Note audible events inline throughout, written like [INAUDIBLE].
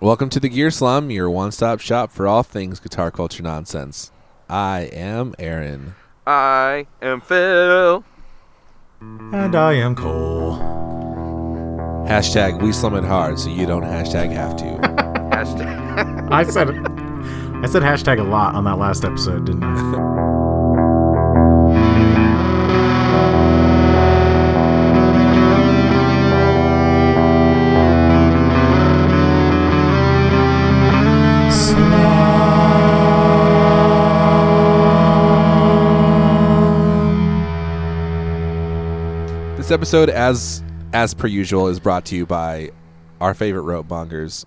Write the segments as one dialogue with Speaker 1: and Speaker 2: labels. Speaker 1: Welcome to the Gear Slum, your one-stop shop for all things guitar culture nonsense. I am Aaron.
Speaker 2: I am Phil.
Speaker 3: And I am Cole.
Speaker 1: Hashtag we slum it hard, so you don't hashtag have to.
Speaker 2: Hashtag.
Speaker 3: I said I said hashtag a lot on that last episode, didn't I?
Speaker 1: this episode, as as per usual, is brought to you by our favorite rope bongers,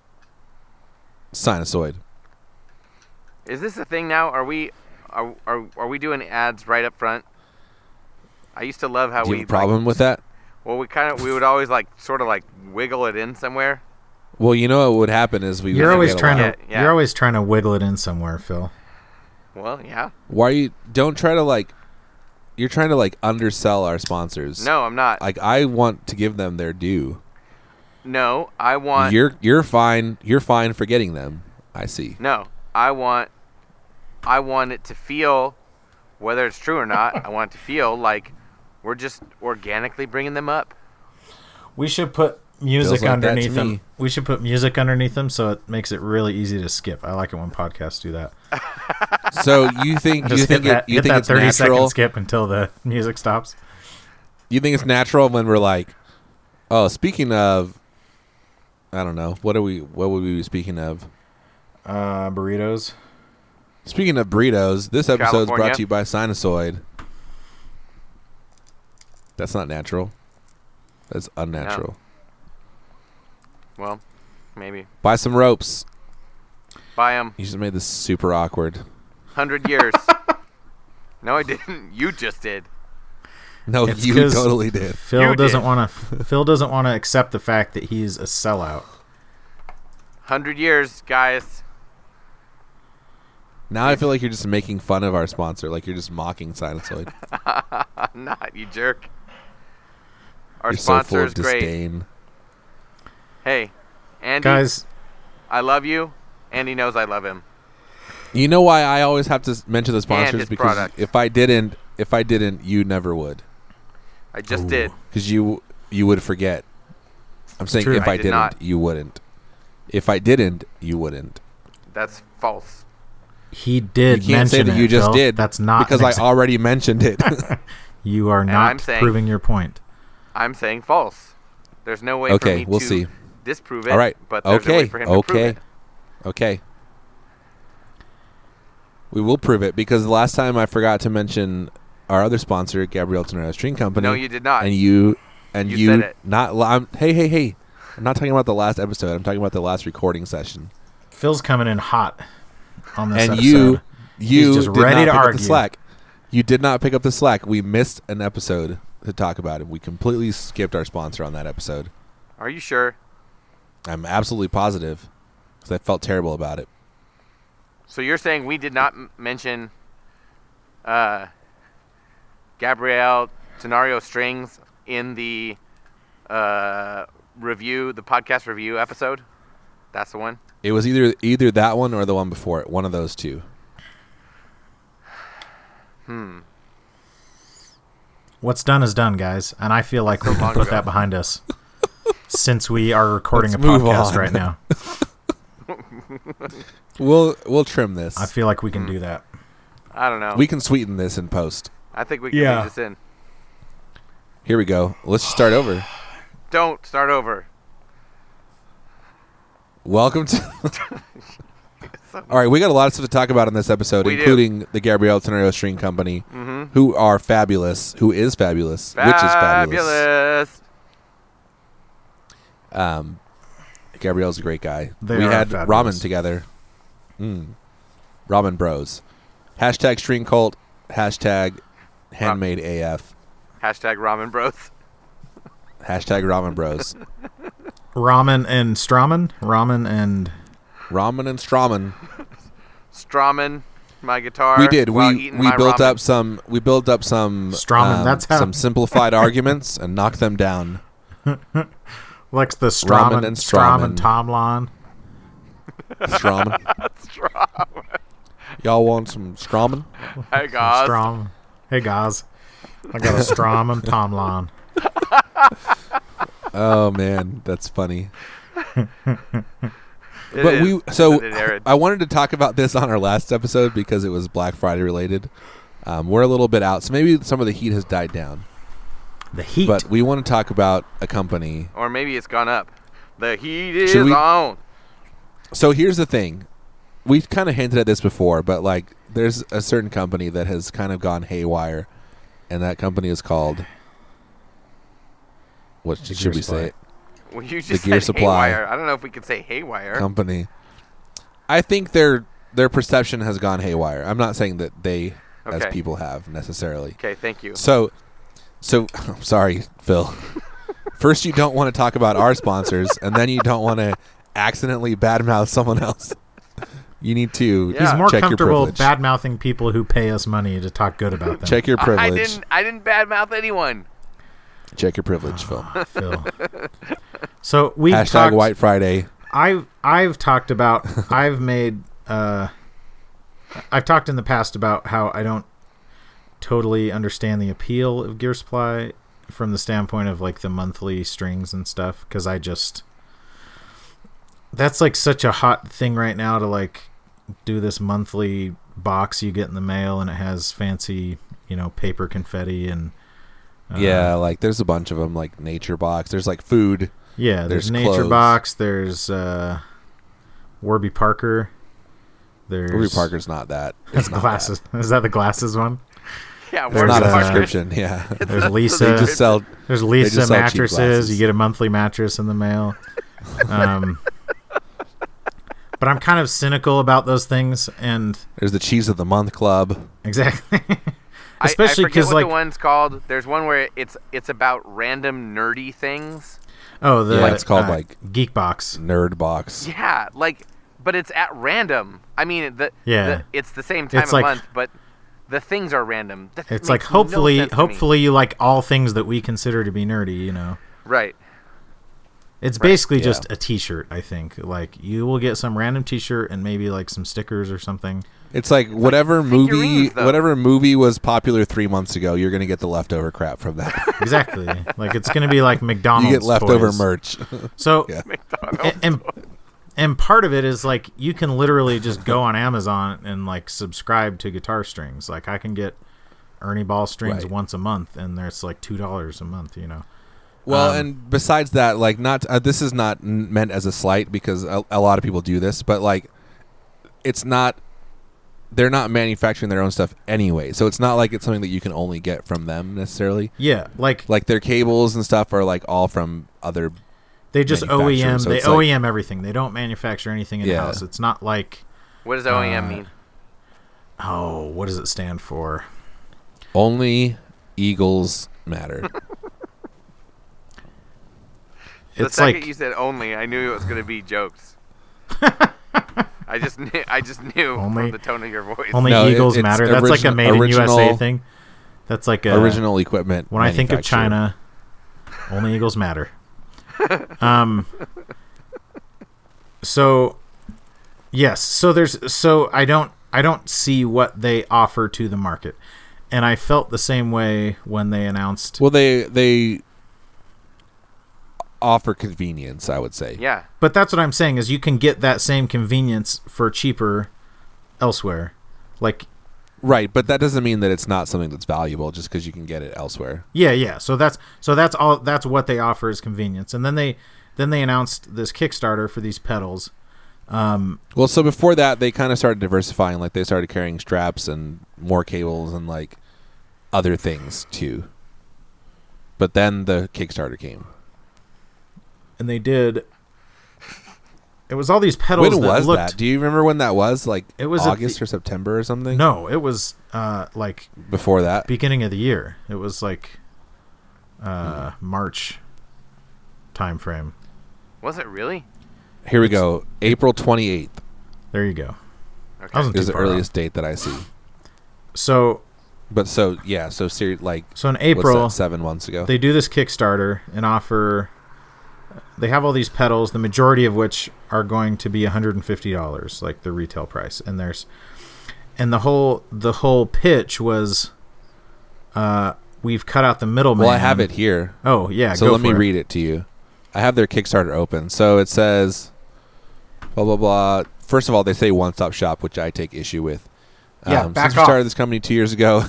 Speaker 1: Sinusoid.
Speaker 2: Is this a thing now? Are we are, are are we doing ads right up front? I used to love how
Speaker 1: Do you
Speaker 2: we
Speaker 1: have a problem with that?
Speaker 2: Like, well, we kind of we would always like sort of like wiggle it in somewhere.
Speaker 1: Well, you know what would happen is we. would
Speaker 3: You're always
Speaker 1: forget a
Speaker 3: trying
Speaker 1: lot.
Speaker 3: to
Speaker 2: Yeah, yeah.
Speaker 3: you're always trying to wiggle it in somewhere, Phil.
Speaker 2: Well, yeah.
Speaker 1: Why you don't try to like? You're trying to like undersell our sponsors.
Speaker 2: No, I'm not.
Speaker 1: Like I want to give them their due.
Speaker 2: no, I want.
Speaker 1: You're you're fine. You're fine for getting them. I see.
Speaker 2: no, I want. I want it to feel, whether it's true or not. I want it to feel like we're just organically bringing them up.
Speaker 3: We should put music
Speaker 1: Feels like that
Speaker 3: underneath
Speaker 1: to
Speaker 3: them.
Speaker 1: me.
Speaker 3: We should put music underneath them so it makes it really easy to skip. I like it when podcasts do that.
Speaker 1: So you
Speaker 3: [LAUGHS]
Speaker 1: think you
Speaker 3: Just hit
Speaker 1: think it,
Speaker 3: that,
Speaker 1: you
Speaker 3: hit
Speaker 1: think
Speaker 3: that
Speaker 1: it's
Speaker 3: 30 second
Speaker 1: natural?
Speaker 3: skip until the [LAUGHS] music stops.
Speaker 1: You think it's natural when we're like, oh, speaking of, I don't know, what are we? What would we be speaking of?
Speaker 3: Uh, burritos.
Speaker 1: Speaking of burritos, this episode is brought
Speaker 2: California.
Speaker 1: to you by Sinusoid. That's not natural. That's unnatural.
Speaker 2: Well, maybe
Speaker 1: Buy some ropes.
Speaker 2: buy them.
Speaker 1: You just made this super awkward.
Speaker 2: Hundred years. [LAUGHS] no, I didn't. You just did.
Speaker 1: No,
Speaker 3: It's
Speaker 1: Oh, you
Speaker 3: 'cause-
Speaker 1: totally did.
Speaker 3: Phil
Speaker 2: You
Speaker 3: doesn't
Speaker 2: did.
Speaker 3: want to. Phil doesn't want to accept the fact that he's a sellout.
Speaker 2: Hundred years, guys. [LAUGHS]
Speaker 1: Now I feel like you're just making fun of our sponsor. Like you're just mocking Sinusoid.
Speaker 2: I'm not, you jerk. Our
Speaker 1: you're so full
Speaker 2: sponsor
Speaker 1: of
Speaker 2: is great.
Speaker 1: disdain.
Speaker 2: Hey, Andy,
Speaker 3: Guys,
Speaker 2: I love you. Andy knows I love him.
Speaker 1: You know why I always have to s- mention the sponsors
Speaker 2: his
Speaker 1: because
Speaker 2: product.
Speaker 1: if I didn't, if I didn't, you never would
Speaker 2: I just did.
Speaker 1: because you you would forget. I'm saying
Speaker 3: true.
Speaker 1: if I,
Speaker 2: I did
Speaker 1: didn't,
Speaker 2: not.
Speaker 1: you wouldn't. If I didn't, you wouldn't.
Speaker 2: That's false.
Speaker 3: he did.
Speaker 1: You can't say
Speaker 3: mention
Speaker 1: that
Speaker 3: it,
Speaker 1: you just
Speaker 3: Phil.
Speaker 1: did.
Speaker 3: That's not
Speaker 1: because
Speaker 3: an
Speaker 1: I
Speaker 3: ex-
Speaker 1: already mentioned
Speaker 3: [LAUGHS]
Speaker 1: it.
Speaker 3: You are
Speaker 2: I'm
Speaker 3: not
Speaker 2: saying-
Speaker 3: proving your point.
Speaker 2: I'm saying false. There's no way for
Speaker 1: okay,
Speaker 2: me
Speaker 1: we'll
Speaker 2: to
Speaker 1: see.
Speaker 2: disprove it.
Speaker 1: All right.
Speaker 2: But there's a way
Speaker 1: okay.
Speaker 2: for him to prove
Speaker 1: Okay.
Speaker 2: it.
Speaker 1: Okay. We will prove it because the last time I forgot to mention our other sponsor, Gabrielle Tenero String Company.
Speaker 2: No, you did not.
Speaker 1: And you and
Speaker 2: You
Speaker 1: you,
Speaker 2: said it.
Speaker 1: not. li- I'm, hey, hey, hey! I'm not talking about the last episode. I'm talking about the last recording session.
Speaker 3: Phil's coming in hot on this
Speaker 1: and
Speaker 3: episode.
Speaker 1: you, you
Speaker 3: just
Speaker 1: did not
Speaker 3: ready to
Speaker 1: pick up
Speaker 3: argue.
Speaker 1: the slack. You did not pick up the slack. We missed an episode to talk about it. We completely skipped our sponsor on that episode.
Speaker 2: Are you sure?
Speaker 1: I'm absolutely positive because I felt terrible about it.
Speaker 2: So you're saying we did not m- mention uh, Gabrielle Tenario Strings in the uh, review, the podcast review episode? That's the one.
Speaker 1: It was either either that one or the one before it. One of those two.
Speaker 3: What's done is done, guys, and I feel like we can
Speaker 2: long
Speaker 3: put
Speaker 2: ago.
Speaker 3: that behind us since we are recording
Speaker 1: Let's
Speaker 3: a
Speaker 1: move
Speaker 3: podcast
Speaker 1: on.
Speaker 3: right now.
Speaker 1: We'll we'll trim this. [LAUGHS]
Speaker 3: I feel like we
Speaker 2: Mm.
Speaker 3: can do that.
Speaker 2: I don't know.
Speaker 1: we can sweeten this in post.
Speaker 2: I think we can
Speaker 3: Yeah.
Speaker 2: leave this in.
Speaker 1: Here we go. Let's just start over.
Speaker 2: Don't start over.
Speaker 1: Welcome to. All right, we got a lot of stuff to talk about in this episode,
Speaker 2: We do.
Speaker 1: including the Gabrielle Tenorio String Company, who are fabulous, who is fabulous, which is fabulous.
Speaker 2: Fabulous.
Speaker 1: Um, Gabrielle's a great guy.
Speaker 3: They
Speaker 1: we
Speaker 3: are
Speaker 1: had
Speaker 3: fabulous.
Speaker 1: ramen together. Mm. Ramen bros. Hashtag string cult. Hashtag handmade AF.
Speaker 2: Hashtag ramen bros.
Speaker 1: Hashtag ramen bros.
Speaker 3: Ramen and Stramen, ramen and
Speaker 1: ramen and strawman.
Speaker 2: Strawman my guitar.
Speaker 1: we did.
Speaker 2: while
Speaker 1: We
Speaker 2: eating
Speaker 1: we
Speaker 2: my
Speaker 1: built
Speaker 2: ramen.
Speaker 1: up some. We built up some.
Speaker 3: Strawman,
Speaker 1: um,
Speaker 3: that's how-
Speaker 1: some
Speaker 3: [LAUGHS]
Speaker 1: simplified arguments and knocked them down.
Speaker 3: Lex the Stramen
Speaker 1: and
Speaker 3: Stramen
Speaker 1: Strawman.
Speaker 3: Tomlin.
Speaker 2: [LAUGHS]
Speaker 1: Strawman.
Speaker 2: Strom.
Speaker 1: Y'all want some Strawman?
Speaker 2: Hey guys.
Speaker 3: Strom. Hey guys. I got
Speaker 1: [LAUGHS]
Speaker 3: a Strom and Tomlin.
Speaker 1: Oh man, that's funny.
Speaker 2: It
Speaker 1: but
Speaker 2: is.
Speaker 1: we so
Speaker 2: It aired.
Speaker 1: I wanted to talk about this on our last episode because it was Black Friday related. Um, we're a little bit out, so maybe some of the heat has died down.
Speaker 3: The Heat.
Speaker 1: But we want to talk about a company.
Speaker 2: or maybe it's gone up. The heat is
Speaker 1: Should we-
Speaker 2: on.
Speaker 1: So here's the thing: we kind of hinted at this before, but like, there's a certain company that has kind of gone haywire, and that company is called. What
Speaker 3: The
Speaker 1: should
Speaker 3: Gear
Speaker 1: we say?
Speaker 2: Well, you just
Speaker 1: Gear
Speaker 2: said
Speaker 1: Supply.
Speaker 2: haywire. I don't know if we could say haywire.
Speaker 1: Company. I think their their perception has gone haywire. I'm not saying that they, as
Speaker 2: Okay.
Speaker 1: people, have necessarily.
Speaker 2: okay, thank you.
Speaker 1: So, so [LAUGHS] I'm sorry, Phil. First, you don't want to talk about our sponsors, and then you don't want to accidentally badmouth someone else. You need to
Speaker 2: Yeah.
Speaker 3: He's more
Speaker 1: check your
Speaker 3: comfortable
Speaker 1: privilege.
Speaker 3: bad mouthing people who pay us money to talk good about them.
Speaker 1: check your privilege.
Speaker 2: I didn't. I didn't badmouth anyone. [LAUGHS]
Speaker 1: Check your privilege, Phil.
Speaker 3: Phil. So we
Speaker 1: Hashtag
Speaker 3: talked,
Speaker 1: White Friday.
Speaker 3: I've I've
Speaker 1: [LAUGHS]
Speaker 3: talked about I've made uh, I've talked in the past about how I don't totally understand the appeal of Gear Supply from the standpoint of like the monthly strings and stuff because I just that's like such a hot thing right now to like do this monthly box you get in the mail and it has fancy you know paper confetti and uh,
Speaker 1: yeah, like there's a bunch of them, like Nature Box. There's like food.
Speaker 3: Yeah, there's,
Speaker 1: There's
Speaker 3: Nature
Speaker 1: clothes.
Speaker 3: Box. There's uh, Warby Parker. There's
Speaker 1: Warby Parker's not that.
Speaker 3: That's [LAUGHS]
Speaker 1: It's not
Speaker 3: glasses. Is that the glasses one?
Speaker 1: That.
Speaker 2: Yeah,
Speaker 1: It's
Speaker 2: we're
Speaker 3: Warby
Speaker 1: not a
Speaker 3: Parker.
Speaker 1: subscription. Yeah,
Speaker 3: [LAUGHS]
Speaker 2: [LAUGHS]
Speaker 3: There's
Speaker 1: they
Speaker 3: Lisa.
Speaker 1: just sell.
Speaker 3: there's Lisa
Speaker 1: just sell cheap
Speaker 3: mattresses.
Speaker 1: glasses.
Speaker 3: You get a monthly mattress in the mail.
Speaker 1: [LAUGHS]
Speaker 3: Um, but I'm kind of cynical about those things, and
Speaker 1: There's the Cheese of the Month Club.
Speaker 3: exactly,
Speaker 2: I-
Speaker 3: especially
Speaker 2: I, forget
Speaker 3: because
Speaker 2: what
Speaker 3: like
Speaker 2: the one's called. There's one where it's it's about random nerdy things.
Speaker 3: oh the
Speaker 1: Yeah, it's called,
Speaker 3: uh,
Speaker 1: like-
Speaker 3: Geek Box.
Speaker 1: Nerd Box.
Speaker 2: Yeah, like, but it's at random. I mean, the
Speaker 3: Yeah.
Speaker 2: the, it's the same time
Speaker 3: It's
Speaker 2: of
Speaker 3: like-
Speaker 2: month, but the things are random. That
Speaker 3: It's
Speaker 2: makes
Speaker 3: like
Speaker 2: no
Speaker 3: hopefully,
Speaker 2: sense to me.
Speaker 3: hopefully you like all things that we consider to be nerdy. You know.
Speaker 2: right. [LAUGHS]
Speaker 3: It's basically
Speaker 1: yeah.
Speaker 3: just a T-shirt, I think. Like you will get some random T-shirt and maybe like some stickers or something.
Speaker 1: It's like whatever movie,
Speaker 2: figurines, though.
Speaker 1: whatever movie was popular three months ago, you're gonna get the leftover crap from
Speaker 3: [LAUGHS]
Speaker 1: that.
Speaker 2: [LAUGHS]
Speaker 3: Exactly. like it's gonna be like McDonald's.
Speaker 1: you get leftover
Speaker 3: toys. [LAUGHS]
Speaker 1: merch.
Speaker 3: So
Speaker 1: Yeah.
Speaker 3: and, and and part of it is like you can literally just go on Amazon and like subscribe to guitar strings. Like I can get Ernie Ball strings
Speaker 1: Right.
Speaker 3: once a month, and there's like two dollars a month. You know.
Speaker 1: well,
Speaker 3: Um,
Speaker 1: and besides that, like not uh, this is not n- meant as a slight because a, a lot of people do this, but like it's not. They're not manufacturing their own stuff anyway, so it's not like it's something that you can only get from them necessarily.
Speaker 3: Yeah, like,
Speaker 1: Like their cables and stuff are like all from other.
Speaker 3: they just
Speaker 1: manufacturing,
Speaker 3: OEM.
Speaker 1: so
Speaker 3: they
Speaker 1: it's like-
Speaker 3: OEM everything. They don't manufacture anything in house.
Speaker 1: Yeah.
Speaker 3: It's not like
Speaker 2: What does OEM
Speaker 3: Uh,
Speaker 2: mean?
Speaker 3: oh, what does it stand for?
Speaker 1: Only Eagles
Speaker 3: [LAUGHS]
Speaker 1: matter.
Speaker 2: The
Speaker 3: it's
Speaker 2: second
Speaker 3: like
Speaker 2: you said only, I knew it was going to be
Speaker 3: [LAUGHS]
Speaker 2: jokes. I just knew. I just knew
Speaker 3: Only-
Speaker 2: from the tone of your voice.
Speaker 3: Only
Speaker 1: No, it-
Speaker 3: Eagles
Speaker 1: it's
Speaker 3: matter. That's like a
Speaker 1: origin-
Speaker 3: made in USA
Speaker 1: original-
Speaker 3: thing. That's like a
Speaker 1: Original equipment.
Speaker 3: When I think of
Speaker 1: manufacturer.
Speaker 3: China, only
Speaker 1: [LAUGHS]
Speaker 3: Eagles matter. Um. So, yes. So there's. So I don't. I don't see what they offer to the market, and I felt the same way when they announced.
Speaker 1: Well, they they offer convenience, I would say.
Speaker 2: Yeah.
Speaker 3: But that's what I'm saying is you can get that same convenience for cheaper elsewhere. Like
Speaker 1: Right, but that doesn't mean that it's not something that's valuable just because you can get it elsewhere.
Speaker 3: Yeah, yeah. So that's so that's all that's what they offer is convenience. And then they then they announced this Kickstarter for these pedals.
Speaker 1: Well, so before that, they kind of started diversifying. Like they started carrying straps and more cables and like other things too. But then the Kickstarter came.
Speaker 3: And they did it was all these pedals
Speaker 1: When
Speaker 3: that
Speaker 1: was
Speaker 3: looked
Speaker 1: that? Do you remember when that was? Like
Speaker 3: It was at
Speaker 1: August
Speaker 3: the-
Speaker 1: or September or something.
Speaker 3: No, it was uh like
Speaker 1: before that.
Speaker 3: beginning of the year. It was like uh
Speaker 1: Hmm.
Speaker 3: March time frame.
Speaker 2: Was it really?
Speaker 1: Here we go. April twenty eighth
Speaker 3: There you go.
Speaker 2: Okay.
Speaker 3: I wasn't
Speaker 1: is
Speaker 3: too
Speaker 1: the
Speaker 3: far off.
Speaker 1: earliest date that I see.
Speaker 3: So
Speaker 1: But so yeah, so seri- like
Speaker 3: so in
Speaker 1: April
Speaker 3: April
Speaker 1: seven months ago.
Speaker 3: they do this Kickstarter and offer they have all these pedals, the majority of which are going to be $150, like the retail price. And there's and the whole the whole pitch was uh we've cut out the middleman.
Speaker 1: Well, I have it here.
Speaker 3: Oh, yeah,
Speaker 1: so
Speaker 3: go
Speaker 1: let me
Speaker 3: for it.
Speaker 1: read it to you. I have their Kickstarter open. So it says, blah blah blah. First of all, they say one stop shop, which I take issue with. Um,
Speaker 3: Yeah, back
Speaker 1: since we
Speaker 3: off.
Speaker 1: started this company two years ago,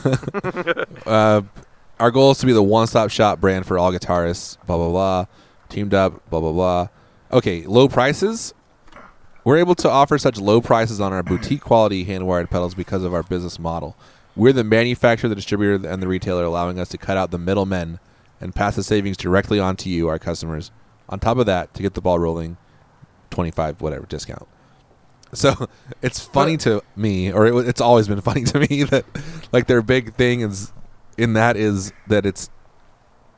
Speaker 1: [LAUGHS] uh, our goal is to be the one stop shop brand for all guitarists. Blah blah blah. Teamed up. Blah blah blah. Okay, low prices. We're able to offer such low prices on our boutique quality hand wired pedals because of our business model. We're the manufacturer, the distributor, and the retailer, allowing us to cut out the middlemen and pass the savings directly on to you, our customers. On top of that, to get the ball rolling, 25 whatever discount. So [LAUGHS] it's funny to me, or it, wa- it's always been [LAUGHS] funny to me that like their big thing is in that is that it's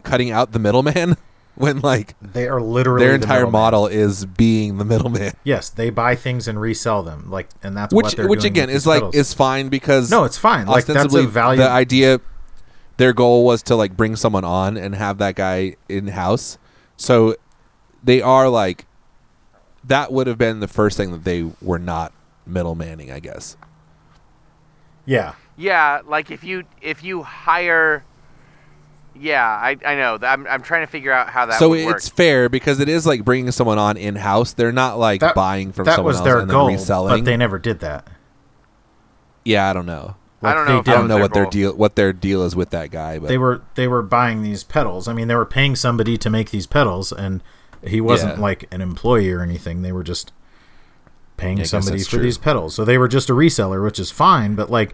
Speaker 1: cutting out the middleman [LAUGHS] when like
Speaker 3: They are literally
Speaker 1: their
Speaker 3: the
Speaker 1: entire
Speaker 3: middleman.
Speaker 1: model is being the middleman.
Speaker 3: Yes, they buy things and resell them, like, and that's
Speaker 1: which
Speaker 3: what they're
Speaker 1: which
Speaker 3: doing
Speaker 1: again
Speaker 3: with
Speaker 1: is
Speaker 3: these
Speaker 1: like
Speaker 3: pedals.
Speaker 1: is fine because
Speaker 3: no, it's fine. Like that's
Speaker 1: ostensibly
Speaker 3: a value.
Speaker 1: the idea their goal was to like bring someone on and have that guy in house so they are like that would have been the first thing that they were not middlemaning i guess
Speaker 3: yeah,
Speaker 2: Yeah, like if you if you hire. Yeah, I, I know. Th- I'm, I'm trying to figure out how that
Speaker 1: so
Speaker 2: would
Speaker 1: it's
Speaker 2: work.
Speaker 1: fair because it is like bringing someone on in house they're not like
Speaker 3: that,
Speaker 1: buying from
Speaker 3: that
Speaker 1: someone
Speaker 3: was
Speaker 1: else
Speaker 3: their
Speaker 1: and
Speaker 3: goal,
Speaker 1: then reselling
Speaker 3: but they never did that.
Speaker 1: yeah i don't know
Speaker 2: I don't
Speaker 3: they
Speaker 2: know. if
Speaker 3: did-
Speaker 1: i
Speaker 2: that
Speaker 1: don't
Speaker 2: was
Speaker 1: know what their
Speaker 2: goal.
Speaker 1: deal what their deal is with that guy but
Speaker 3: They were they were buying these pedals. I mean, they were paying somebody to make these pedals, and he wasn't
Speaker 1: Yeah.
Speaker 3: like an employee or anything. They were just paying
Speaker 1: I guess
Speaker 3: somebody
Speaker 1: that's
Speaker 3: for
Speaker 1: true.
Speaker 3: these pedals. So they were just a reseller, which is fine. But like,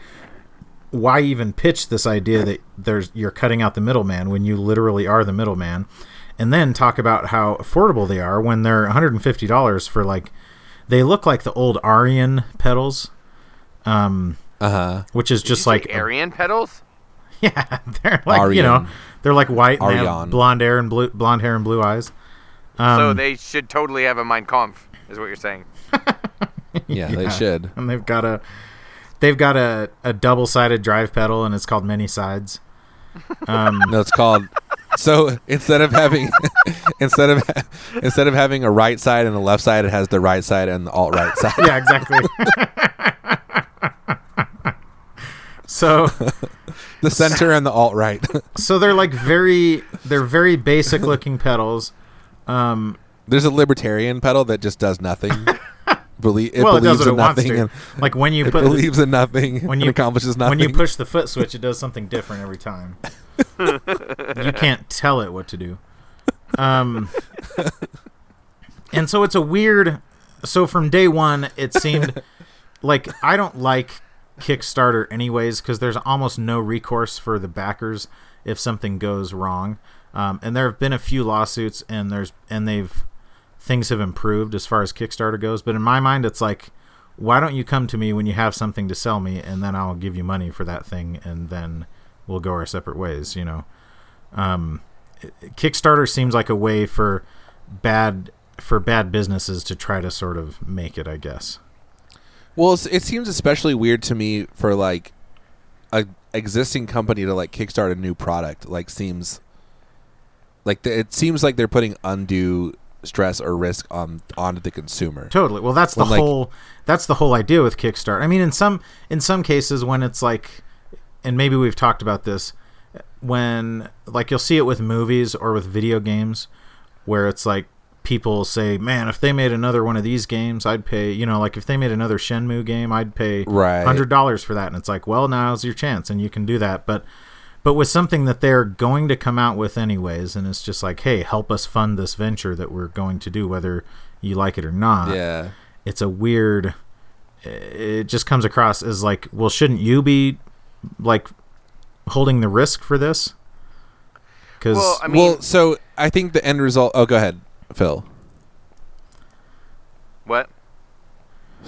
Speaker 3: why even pitch this idea that there's you're cutting out the middleman when you literally are the middleman? And then talk about how affordable they are when they're $150 for like they look like the old Aryan pedals, um,
Speaker 1: uh-huh
Speaker 3: which is
Speaker 2: Did
Speaker 3: just
Speaker 2: you
Speaker 3: like
Speaker 2: say
Speaker 3: a-
Speaker 2: Aryan pedals.
Speaker 3: [LAUGHS] Yeah, they're like you
Speaker 1: Aryan.
Speaker 3: know, they're like white and they have
Speaker 1: Aryan.
Speaker 3: blonde hair and blue blonde hair and blue eyes.
Speaker 2: so
Speaker 3: um,
Speaker 2: they should totally have a Mein Kampf, is what you're saying.
Speaker 3: [LAUGHS]
Speaker 1: yeah, they should
Speaker 3: And they've got a they've got a, a double sided drive pedal and it's called many sides.
Speaker 1: No, it's called. So instead of having, [LAUGHS] instead of instead of having a right side and a left side, it has the right side and the alt right side.
Speaker 3: [LAUGHS] Yeah, exactly. so
Speaker 1: The center and the alt right. [LAUGHS]
Speaker 3: so they're like very they're very basic looking pedals.
Speaker 1: There's a libertarian pedal that just does nothing.
Speaker 3: [LAUGHS]
Speaker 1: Believe it
Speaker 3: well, it
Speaker 1: believes
Speaker 3: does what it
Speaker 1: in
Speaker 3: wants
Speaker 1: nothing.
Speaker 3: to.
Speaker 1: And
Speaker 3: Like when you
Speaker 1: it
Speaker 3: put the-
Speaker 1: believes in [LAUGHS] nothing.
Speaker 3: when
Speaker 1: and
Speaker 3: you
Speaker 1: accomplishes nothing.
Speaker 3: When you push the foot switch, it does something different every time. you can't tell it what to do. Um, and so it's a weird. So from day one, it seemed like I don't like Kickstarter anyways because there's almost no recourse for the backers if something goes wrong. Um, and there have been a few lawsuits, and there's and they've things have improved as far as Kickstarter goes. But in my mind, it's like, why don't you come to me when you have something to sell me, and then I'll give you money for that thing, and then we'll go our separate ways. You know, um, Kickstarter seems like a way for bad for bad businesses to try to sort of make it. I guess.
Speaker 1: Well, it's- it seems especially weird to me for like a existing company to like kickstart a new product. Like seems like th- it seems like they're putting undue stress or risk on onto the consumer.
Speaker 3: Totally. Well, that's the
Speaker 1: When, like-
Speaker 3: whole that's the whole idea with Kickstarter. I mean, in some in some cases when it's like and maybe we've talked about this when like you'll see it with movies or with video games where it's like people say, "Man, if they made another one of these games, I'd pay, you know, like if they made another Shenmue game, I'd pay
Speaker 1: Right.
Speaker 3: $100 for that." And it's like, "Well, now's your chance and you can do that." But but with something that they're going to come out with anyways and it's just like hey help us fund this venture that we're going to do whether you like it or not
Speaker 1: Yeah.
Speaker 3: it's a weird it just comes across as like well shouldn't you be like holding the risk for this because
Speaker 2: Well, I mean,
Speaker 1: well, so I think the end result. Oh, go ahead, Phil.
Speaker 2: what?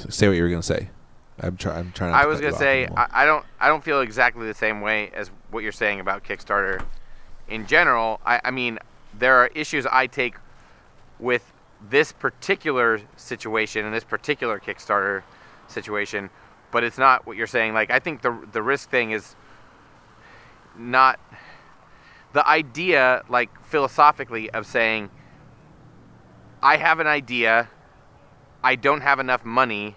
Speaker 1: Say what you were gonna say. I'm trying. I'm trying. Not
Speaker 2: I
Speaker 1: to
Speaker 2: was
Speaker 1: cut
Speaker 2: gonna
Speaker 1: you off
Speaker 2: say
Speaker 1: anymore.
Speaker 2: I, I don't I don't feel exactly the same way as what you're saying about Kickstarter. In general, I, I mean there are issues I take with this particular situation and this particular Kickstarter situation, but it's not what you're saying. Like I think the the risk thing is not the idea like philosophically of saying I have an idea. I don't have enough money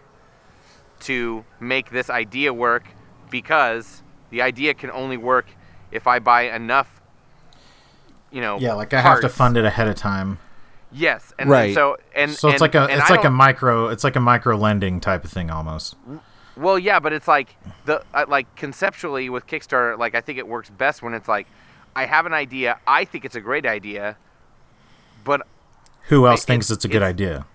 Speaker 2: to make this idea work because the idea can only work if I buy enough, you know.
Speaker 3: Yeah, like I have to
Speaker 2: parts."
Speaker 3: fund it ahead of time.
Speaker 2: Yes, and
Speaker 1: Right.
Speaker 2: so and
Speaker 3: So it's
Speaker 2: and-
Speaker 3: like a
Speaker 2: and
Speaker 3: it's
Speaker 2: I
Speaker 3: like a
Speaker 2: don't-
Speaker 3: micro it's like a micro lending type of thing almost.
Speaker 2: Well, yeah, but it's like the uh, like conceptually with Kickstarter, like I think it works best when it's like I have an idea, I think it's a great idea, but
Speaker 3: Who else
Speaker 2: it-
Speaker 3: thinks it's a good
Speaker 2: it's-
Speaker 3: idea?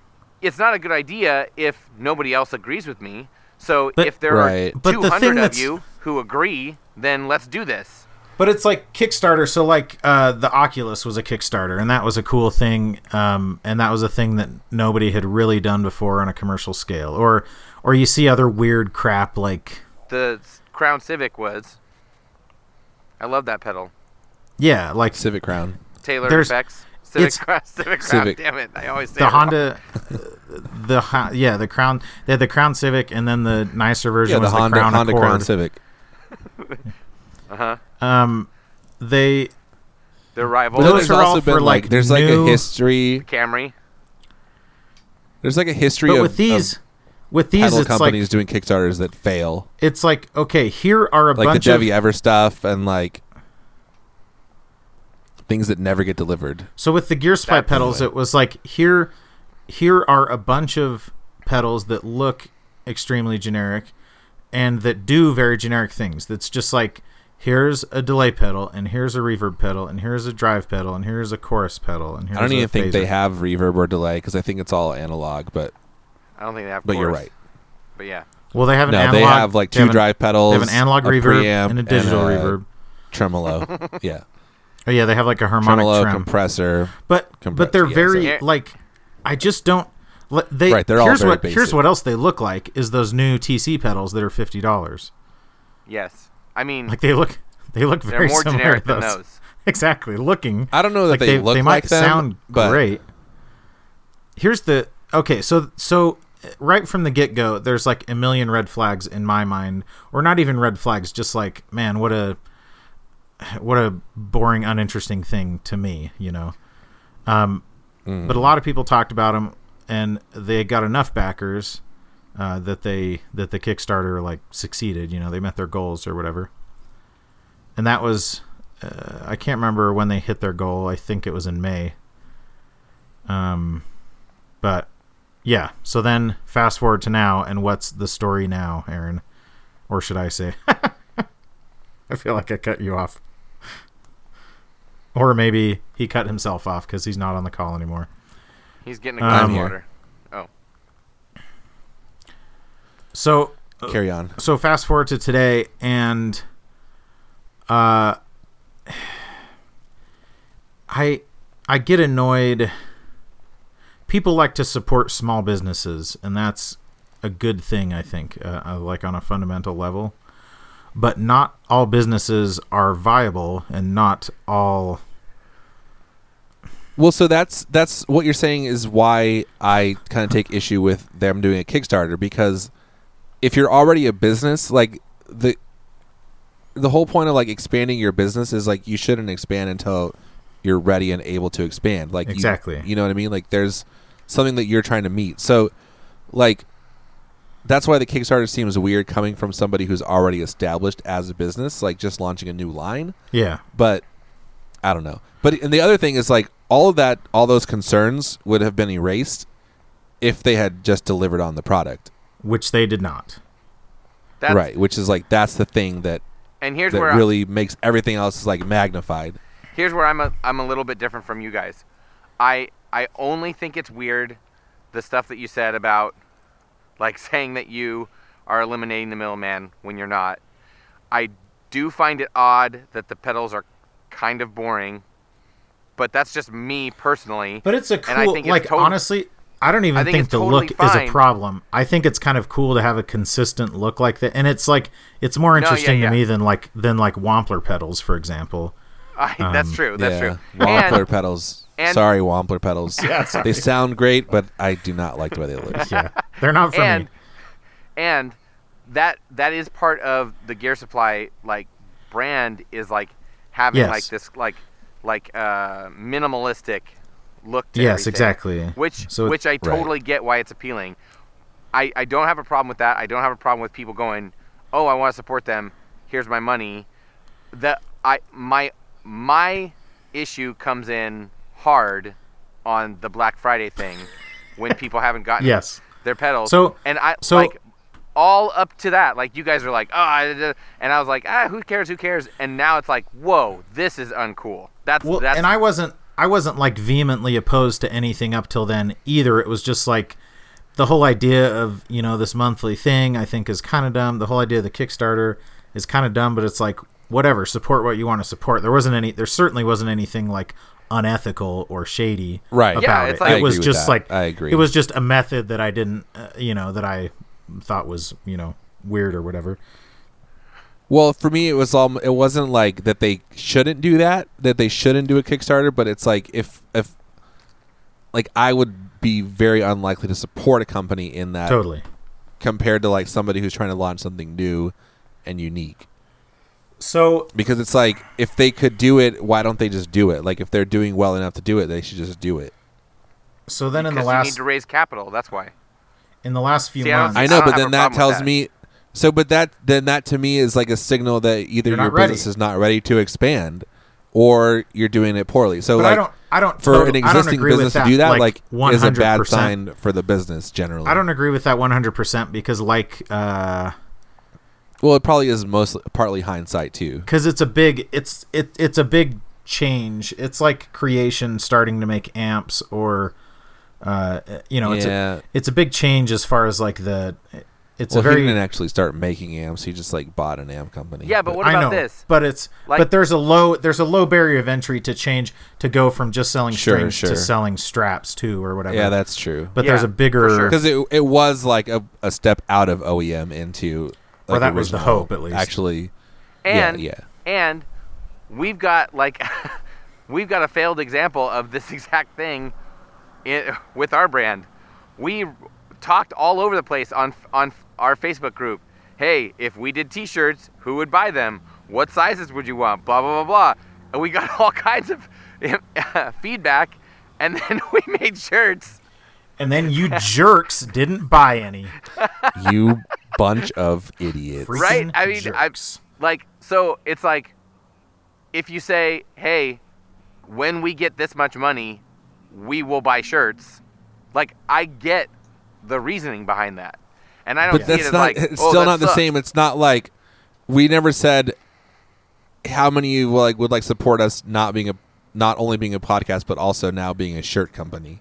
Speaker 2: it's not a good idea if nobody else agrees with me. So
Speaker 3: But-
Speaker 2: if there
Speaker 1: Right.
Speaker 2: are
Speaker 3: But the
Speaker 2: 200
Speaker 3: thing
Speaker 2: of
Speaker 3: that's-
Speaker 2: you who agree, then let's do this.
Speaker 3: But it's like Kickstarter. So like uh, the Oculus was a Kickstarter, and that was a cool thing, um, and that was a thing that nobody had really done before on a commercial scale. Or or you see other weird crap like
Speaker 2: The s- Crown Civic was. I love that pedal.
Speaker 3: yeah, like
Speaker 1: Civic Crown.
Speaker 2: Taylor
Speaker 3: There's-
Speaker 2: effects. Civic
Speaker 3: it's-
Speaker 2: Crown. Civic Crown.
Speaker 1: Civic.
Speaker 2: Damn it! I always say it
Speaker 3: the
Speaker 2: wrong.
Speaker 3: Honda, the Ho- yeah the Crown. They had the Crown Civic, and then the nicer version
Speaker 1: Yeah, the
Speaker 3: was the,
Speaker 1: Honda
Speaker 3: Crown
Speaker 1: Honda
Speaker 3: Accord.
Speaker 1: Crown Civic.
Speaker 3: um, they
Speaker 2: Their rival.
Speaker 1: But then
Speaker 3: those
Speaker 1: there's
Speaker 3: are all
Speaker 1: also
Speaker 3: for,
Speaker 1: been
Speaker 3: like,
Speaker 1: like there's like a
Speaker 3: new-
Speaker 1: history.
Speaker 2: Camry.
Speaker 1: There's like a history
Speaker 3: but
Speaker 1: of,
Speaker 3: with these. With
Speaker 1: of
Speaker 3: these,
Speaker 1: pedal
Speaker 3: it's like
Speaker 1: companies doing Kickstarters that fail,
Speaker 3: it's like okay, here are a
Speaker 1: like the
Speaker 3: bunch of
Speaker 1: Chevy Ever stuff and like things that never get delivered.
Speaker 3: So with the gear supply pedals, it was like here, here are a bunch of pedals that look extremely generic, and that do very generic things. That's just like here's a delay pedal, and here's a reverb pedal, and here's a drive pedal, and here's a chorus pedal, and here's
Speaker 1: I don't
Speaker 3: a
Speaker 1: even think they
Speaker 3: phaser.
Speaker 1: have reverb or delay because I think it's all analog. But
Speaker 2: I don't think they have.
Speaker 1: but you're
Speaker 2: Taurus,
Speaker 1: right.
Speaker 2: But yeah.
Speaker 3: Well, they have an
Speaker 1: No,
Speaker 3: analog,
Speaker 1: they have like two
Speaker 3: an-
Speaker 1: drive
Speaker 3: They
Speaker 1: pedals.
Speaker 3: have an analog
Speaker 1: a
Speaker 3: reverb
Speaker 1: preamp,
Speaker 3: and a digital
Speaker 1: and
Speaker 3: reverb.
Speaker 1: Tremolo, yeah,
Speaker 3: Oh yeah, they have like a harmonic
Speaker 1: tremolo
Speaker 3: trim.
Speaker 1: compressor.
Speaker 3: but
Speaker 1: compressed,
Speaker 3: but they're
Speaker 1: yeah,
Speaker 3: very
Speaker 2: so-
Speaker 3: like I just don't le- they
Speaker 1: Right, they're all
Speaker 3: here's
Speaker 1: very
Speaker 3: what here's
Speaker 1: basic.
Speaker 3: what else they look like is those new TC pedals that are fifty dollars
Speaker 2: Yes. I mean,
Speaker 3: like they look they look
Speaker 2: they're
Speaker 3: very
Speaker 2: more
Speaker 3: similar
Speaker 2: generic
Speaker 3: to
Speaker 2: than
Speaker 3: those.
Speaker 2: those.
Speaker 3: [LAUGHS] exactly looking
Speaker 1: I don't know that
Speaker 3: like
Speaker 1: they,
Speaker 3: they,
Speaker 1: look
Speaker 3: they might
Speaker 1: like them,
Speaker 3: sound
Speaker 1: but
Speaker 3: great here's the okay so so uh, right from the get-go there's like a million red flags in my mind or not even red flags just like man what a what a boring uninteresting thing to me you know
Speaker 1: Hmm.
Speaker 3: um, but a lot of people talked about them and they got enough backers uh, that they that the kickstarter like succeeded you know they met their goals or whatever and that was uh, i can't remember when they hit their goal i think it was in may um, but yeah. So then, fast forward to now, and what's the story now, Aaron? Or should I say? [LAUGHS] I feel like I cut you off. Or maybe he cut himself off because he's not on the call anymore.
Speaker 2: He's getting a
Speaker 3: Um,
Speaker 2: glass of
Speaker 1: here.
Speaker 2: water. Oh,
Speaker 3: So
Speaker 1: carry on.
Speaker 3: so fast forward to today, and uh, [SIGHS] I I get annoyed. People like to support small businesses, and that's a good thing, I think, uh, uh, like on a fundamental level. But not all businesses are viable, and not all.
Speaker 1: Well, so that's that's what you're saying is why I kind of take issue with them doing a Kickstarter because if you're already a business, like the the whole point of like expanding your business is like you shouldn't expand until you're ready and able to expand. Like you-
Speaker 3: Exactly.
Speaker 1: you know what I mean? Like there's something that you're trying to meet. So like that's why the Kickstarter seems weird coming from somebody who's already established as a business, like just launching a new line
Speaker 3: Yeah,
Speaker 1: but I don't know. But and the other thing is like all of that, all those concerns would have been erased if they had just delivered on the product,
Speaker 3: which they did not.
Speaker 2: that's,
Speaker 1: right? Which is like that's the thing that
Speaker 2: And here's
Speaker 1: that
Speaker 2: where I-
Speaker 1: really makes everything else like magnified.
Speaker 2: here's where I'm a, I'm a little bit different from you guys. I I only think it's weird the stuff that you said about like [LAUGHS] saying that you are eliminating the middleman when you're not. I do find it odd that the pedals are kind of boring, but that's just me personally.
Speaker 3: But it's a
Speaker 2: And I
Speaker 3: cool,
Speaker 2: think it's
Speaker 3: like
Speaker 2: tot-
Speaker 3: honestly, I don't even
Speaker 2: I think
Speaker 3: think,
Speaker 2: it's
Speaker 3: the
Speaker 2: totally
Speaker 3: look is
Speaker 2: fine.
Speaker 3: a problem. I think it's kind of cool to have a consistent look like that, and it's like it's more
Speaker 2: yeah,
Speaker 3: interesting
Speaker 2: yeah.
Speaker 3: to me than like than like Wampler pedals, for example.
Speaker 2: I, [LAUGHS] that's true. That's
Speaker 1: yeah,
Speaker 2: true.
Speaker 1: Wampler
Speaker 2: And,
Speaker 1: pedals.
Speaker 2: and-
Speaker 1: sorry, Wampler pedals. They sound great, but I do not like the way they look.
Speaker 3: Yeah, they're not
Speaker 2: [LAUGHS]
Speaker 3: for
Speaker 2: and
Speaker 3: me.
Speaker 2: and that that is part of the gear supply like brand is like having
Speaker 3: Yes.
Speaker 2: like this like like uh minimalistic look. To
Speaker 3: yes,
Speaker 2: everything,
Speaker 3: exactly.
Speaker 2: Which
Speaker 3: So it-
Speaker 2: which I totally get why it's appealing. I I don't have a problem with that. I don't have a problem with people going, oh, I want to support them. Here's my money. The I my my issue comes in hard on the Black Friday thing when
Speaker 3: [LAUGHS]
Speaker 2: people haven't gotten
Speaker 3: Yes.
Speaker 2: their pedals.
Speaker 3: So-
Speaker 2: and I
Speaker 3: so-
Speaker 2: like all up to that, like you guys are like, oh, I did it," and I was like, ah, who cares, who cares? And now it's like, whoa, this is uncool. That's
Speaker 3: Well,
Speaker 2: that's
Speaker 3: and I wasn't I wasn't like vehemently opposed to anything up till then either. It was just like the whole idea of, you know, this monthly thing I think is kind of dumb. The whole idea of the Kickstarter is kind of dumb, but it's like whatever, support what you want to support. There wasn't any there certainly wasn't anything like unethical or shady
Speaker 1: Right.
Speaker 3: about
Speaker 1: Yeah,
Speaker 2: it's
Speaker 3: it.
Speaker 2: like- I
Speaker 3: it was
Speaker 1: agree with
Speaker 3: just
Speaker 1: that.
Speaker 3: like
Speaker 1: I agree.
Speaker 3: It was just a method that I didn't, uh, you know, that I thought was, you know, weird or whatever.
Speaker 1: Well, for me, it was all. It wasn't like that they shouldn't do that. That they shouldn't do a Kickstarter. But it's like if if like I would be very unlikely to support a company in that
Speaker 3: Totally.
Speaker 1: compared to like somebody who's trying to launch something new and unique.
Speaker 3: So
Speaker 1: Because it's like if they could do it, why don't they just do it? Like if they're doing well enough to do it, they should just do it.
Speaker 3: so then in the
Speaker 2: because you need
Speaker 3: last
Speaker 2: to raise capital. That's why.
Speaker 3: in the last few
Speaker 2: See, I don't-
Speaker 3: months
Speaker 1: I know,
Speaker 2: don't
Speaker 1: but
Speaker 2: have
Speaker 1: then
Speaker 2: a
Speaker 1: that
Speaker 2: problem with
Speaker 1: tells
Speaker 2: that.
Speaker 1: me. So, but that then that to me is like a signal that either
Speaker 3: You're
Speaker 1: your
Speaker 3: not ready.
Speaker 1: business is not ready to expand, or you're doing it poorly. So,
Speaker 3: But
Speaker 1: like,
Speaker 3: I don't. I don't.
Speaker 1: for
Speaker 3: total-
Speaker 1: an
Speaker 3: I don't
Speaker 1: existing
Speaker 3: agree with
Speaker 1: business to do that, like, is a bad
Speaker 3: 100%.
Speaker 1: sign for the business generally.
Speaker 3: I don't agree with that 100% because, like, uh, because
Speaker 1: Well, it probably is mostly partly hindsight too.
Speaker 3: it's a big, it's it, it's a big change. It's like creation starting to make amps, or uh, you know, it's
Speaker 1: Yeah.
Speaker 3: a, it's a big change as far as like the. It's
Speaker 1: well,
Speaker 3: a very
Speaker 1: he didn't actually start making amps. He just like bought an amp company.
Speaker 2: Yeah, but what
Speaker 3: I
Speaker 2: about
Speaker 3: know,
Speaker 2: this?
Speaker 3: but it's
Speaker 2: Like-
Speaker 3: but there's a low there's a low barrier of entry to change to go from just selling
Speaker 1: Sure,
Speaker 3: strings
Speaker 1: sure.
Speaker 3: to selling straps too or whatever.
Speaker 1: yeah, that's true.
Speaker 3: but
Speaker 2: Yeah,
Speaker 3: there's a
Speaker 2: for
Speaker 3: bigger
Speaker 2: sure.
Speaker 1: because it it was like a, a step out of OEM into.
Speaker 3: Well,
Speaker 1: like,
Speaker 3: that was the
Speaker 1: original,
Speaker 3: hope, at least.
Speaker 1: Actually,
Speaker 2: And
Speaker 1: yeah,
Speaker 2: and we've got like [LAUGHS] we've got a failed example of this [LAUGHS] exact thing in, with our brand. We talked all over the place on on our Facebook group. Hey, if we did T-shirts, who would buy them? What sizes would you want? Blah blah blah blah. And we got [LAUGHS] all kinds of [LAUGHS] feedback, and then [LAUGHS] we made shirts.
Speaker 3: and
Speaker 2: [LAUGHS]
Speaker 3: then you jerks didn't buy any.
Speaker 1: yeah. you bunch
Speaker 2: [LAUGHS]
Speaker 1: of idiots.
Speaker 3: Freaking
Speaker 2: Right? I mean, I-
Speaker 3: jerks.
Speaker 2: like so it's like if you say hey when we get this much money we will buy shirts like i get the reasoning behind that and i don't
Speaker 1: but
Speaker 2: see it
Speaker 1: that's
Speaker 2: as
Speaker 1: not
Speaker 2: like
Speaker 1: [LAUGHS] it's
Speaker 2: "Oh,
Speaker 1: still
Speaker 2: that
Speaker 1: not the
Speaker 2: sucks."
Speaker 1: same it's not like we never said how many you like would like support us not being a not only being a podcast but also now being a shirt company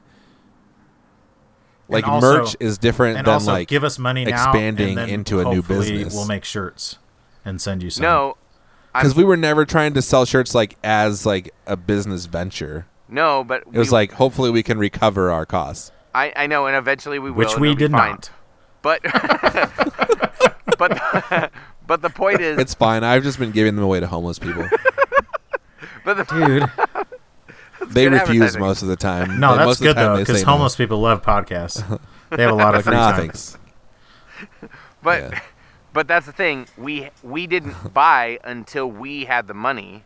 Speaker 1: like
Speaker 3: And also-
Speaker 1: merch is different
Speaker 3: and
Speaker 1: than
Speaker 3: also
Speaker 1: like
Speaker 3: give us money now
Speaker 1: expanding
Speaker 3: and then
Speaker 1: into a new
Speaker 3: hopefully
Speaker 1: business.
Speaker 3: We'll make shirts and send you some.
Speaker 2: no
Speaker 1: because we were never trying to sell shirts like as like a business venture
Speaker 2: no but
Speaker 1: it was like hopefully we can recover our costs
Speaker 2: I, I know and eventually we will
Speaker 3: which
Speaker 2: and
Speaker 3: we
Speaker 2: it'll be
Speaker 3: did
Speaker 2: fine.
Speaker 3: not.
Speaker 2: but [LAUGHS] but but the [LAUGHS] point is
Speaker 1: it's fine i've just been giving them away to homeless
Speaker 2: [LAUGHS]
Speaker 1: people
Speaker 2: but the,
Speaker 3: Dude,
Speaker 1: they
Speaker 2: good
Speaker 1: refuse
Speaker 2: advertising.
Speaker 1: most of the time
Speaker 3: no,
Speaker 1: And
Speaker 3: that's
Speaker 1: most of the
Speaker 3: good
Speaker 1: time
Speaker 3: though,
Speaker 1: they
Speaker 3: because
Speaker 1: say no.
Speaker 3: homeless people love podcasts. They have a lot
Speaker 1: [LAUGHS]
Speaker 3: of free
Speaker 1: nah
Speaker 3: time.
Speaker 1: thanks
Speaker 2: But
Speaker 1: Yeah.
Speaker 2: but that's the thing. We we didn't buy until we had the money.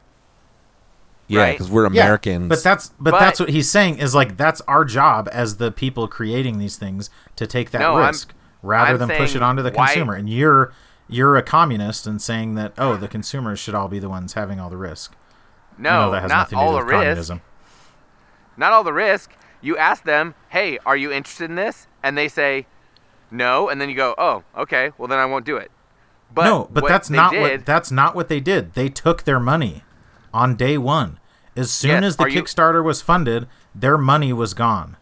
Speaker 1: yeah
Speaker 2: Right?
Speaker 1: because we're
Speaker 3: Yeah,
Speaker 1: americans
Speaker 3: but that's but,
Speaker 2: But-
Speaker 3: that's what he's saying is like that's our job as the people creating these things to take that
Speaker 2: No, I'm-
Speaker 3: risk rather
Speaker 2: I'm
Speaker 3: than push
Speaker 2: saying
Speaker 3: it onto the
Speaker 2: why-
Speaker 3: consumer. And you're you're a communist and saying that oh the consumers should all be the ones having all the risk. I know
Speaker 2: No,
Speaker 3: that has
Speaker 2: Oh, not
Speaker 3: nothing to do
Speaker 2: all the
Speaker 3: with
Speaker 2: risk.
Speaker 3: communism.
Speaker 2: Not all the risk. You ask them, "Hey, are you interested in this?" And they say, "No," and then you go, "Oh, okay. Well, then I won't do it." But
Speaker 3: no, but
Speaker 2: what
Speaker 3: that's
Speaker 2: they
Speaker 3: not
Speaker 2: did,
Speaker 3: what that's not what they did. They took their money on day one. As soon
Speaker 2: Yes,
Speaker 3: as the
Speaker 2: are you-
Speaker 3: Kickstarter was funded, their money was gone,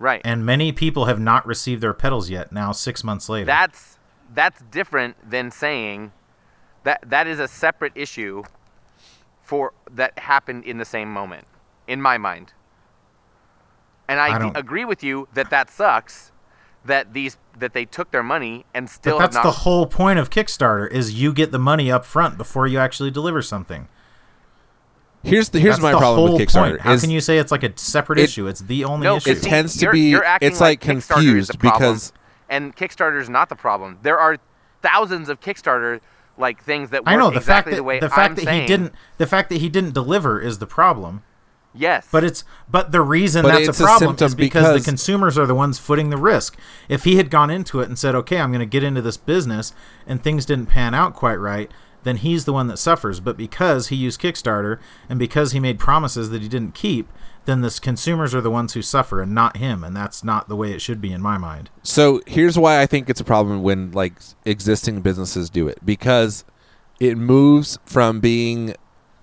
Speaker 2: right.
Speaker 3: and many people have not received their pedals yet. Now six months later,
Speaker 2: that's that's different than saying that that is a separate issue for that happened in the same moment in my mind and i,
Speaker 3: I
Speaker 2: d-
Speaker 3: don't-
Speaker 2: agree with you that that sucks that these that they took their money and still
Speaker 3: but that's
Speaker 2: have
Speaker 3: the
Speaker 2: not
Speaker 3: whole point of Kickstarter is you get the money up front before you actually deliver something.
Speaker 1: Here's the here's
Speaker 3: That's
Speaker 1: my
Speaker 3: the
Speaker 1: problem
Speaker 3: whole
Speaker 1: with Kickstarter.
Speaker 3: Point. How
Speaker 1: is
Speaker 3: can you say it's like a separate
Speaker 1: it-
Speaker 3: issue? It's the only
Speaker 2: no
Speaker 3: issue.
Speaker 1: it
Speaker 2: see,
Speaker 1: tends to
Speaker 2: you're-
Speaker 1: be-
Speaker 2: you're acting
Speaker 1: it's, like,
Speaker 2: Kickstarter is the
Speaker 1: confused
Speaker 2: problem,
Speaker 1: because-
Speaker 2: and kickstarter's not the problem there are thousands of kickstarter like things that work
Speaker 3: I know the
Speaker 2: exactly
Speaker 3: fact that
Speaker 2: the way
Speaker 3: the fact
Speaker 2: I'm
Speaker 3: that
Speaker 2: saying,
Speaker 3: he didn't the fact that he didn't deliver is the problem.
Speaker 2: Yes.
Speaker 3: But it's but the reason
Speaker 1: But
Speaker 3: that's
Speaker 1: it's
Speaker 3: a
Speaker 1: a
Speaker 3: problem
Speaker 1: symptom
Speaker 3: is because,
Speaker 1: because-
Speaker 3: the consumers are the ones footing the risk. If he had gone into it and said, "Okay, I'm going to get into this business," and things didn't pan out quite right, then he's the one that suffers. But because he used Kickstarter and because he made promises that he didn't keep, then the consumers are the ones who suffer and not him, and that's not the way it should be in my mind.
Speaker 1: So here's why I think it's a problem when like s- existing businesses do it because it moves from being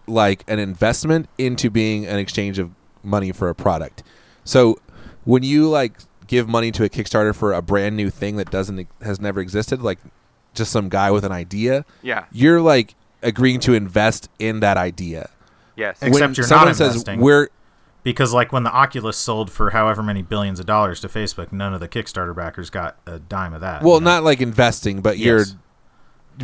Speaker 1: like an investment into being an exchange of money for a product. So when you like give money to a Kickstarter for a brand new thing that doesn't e- has never existed, like just some guy with an idea,
Speaker 2: Yeah.
Speaker 1: you're like agreeing to invest in that idea.
Speaker 2: Yes.
Speaker 3: Ex- Except
Speaker 1: when
Speaker 3: you're not
Speaker 1: someone says
Speaker 3: investing.
Speaker 1: we're
Speaker 3: Because like when the Oculus sold for however many billions of dollars to Facebook, none of the Kickstarter backers got a dime of that.
Speaker 1: well
Speaker 3: you know?
Speaker 1: not like investing, but
Speaker 3: Yes.
Speaker 1: you're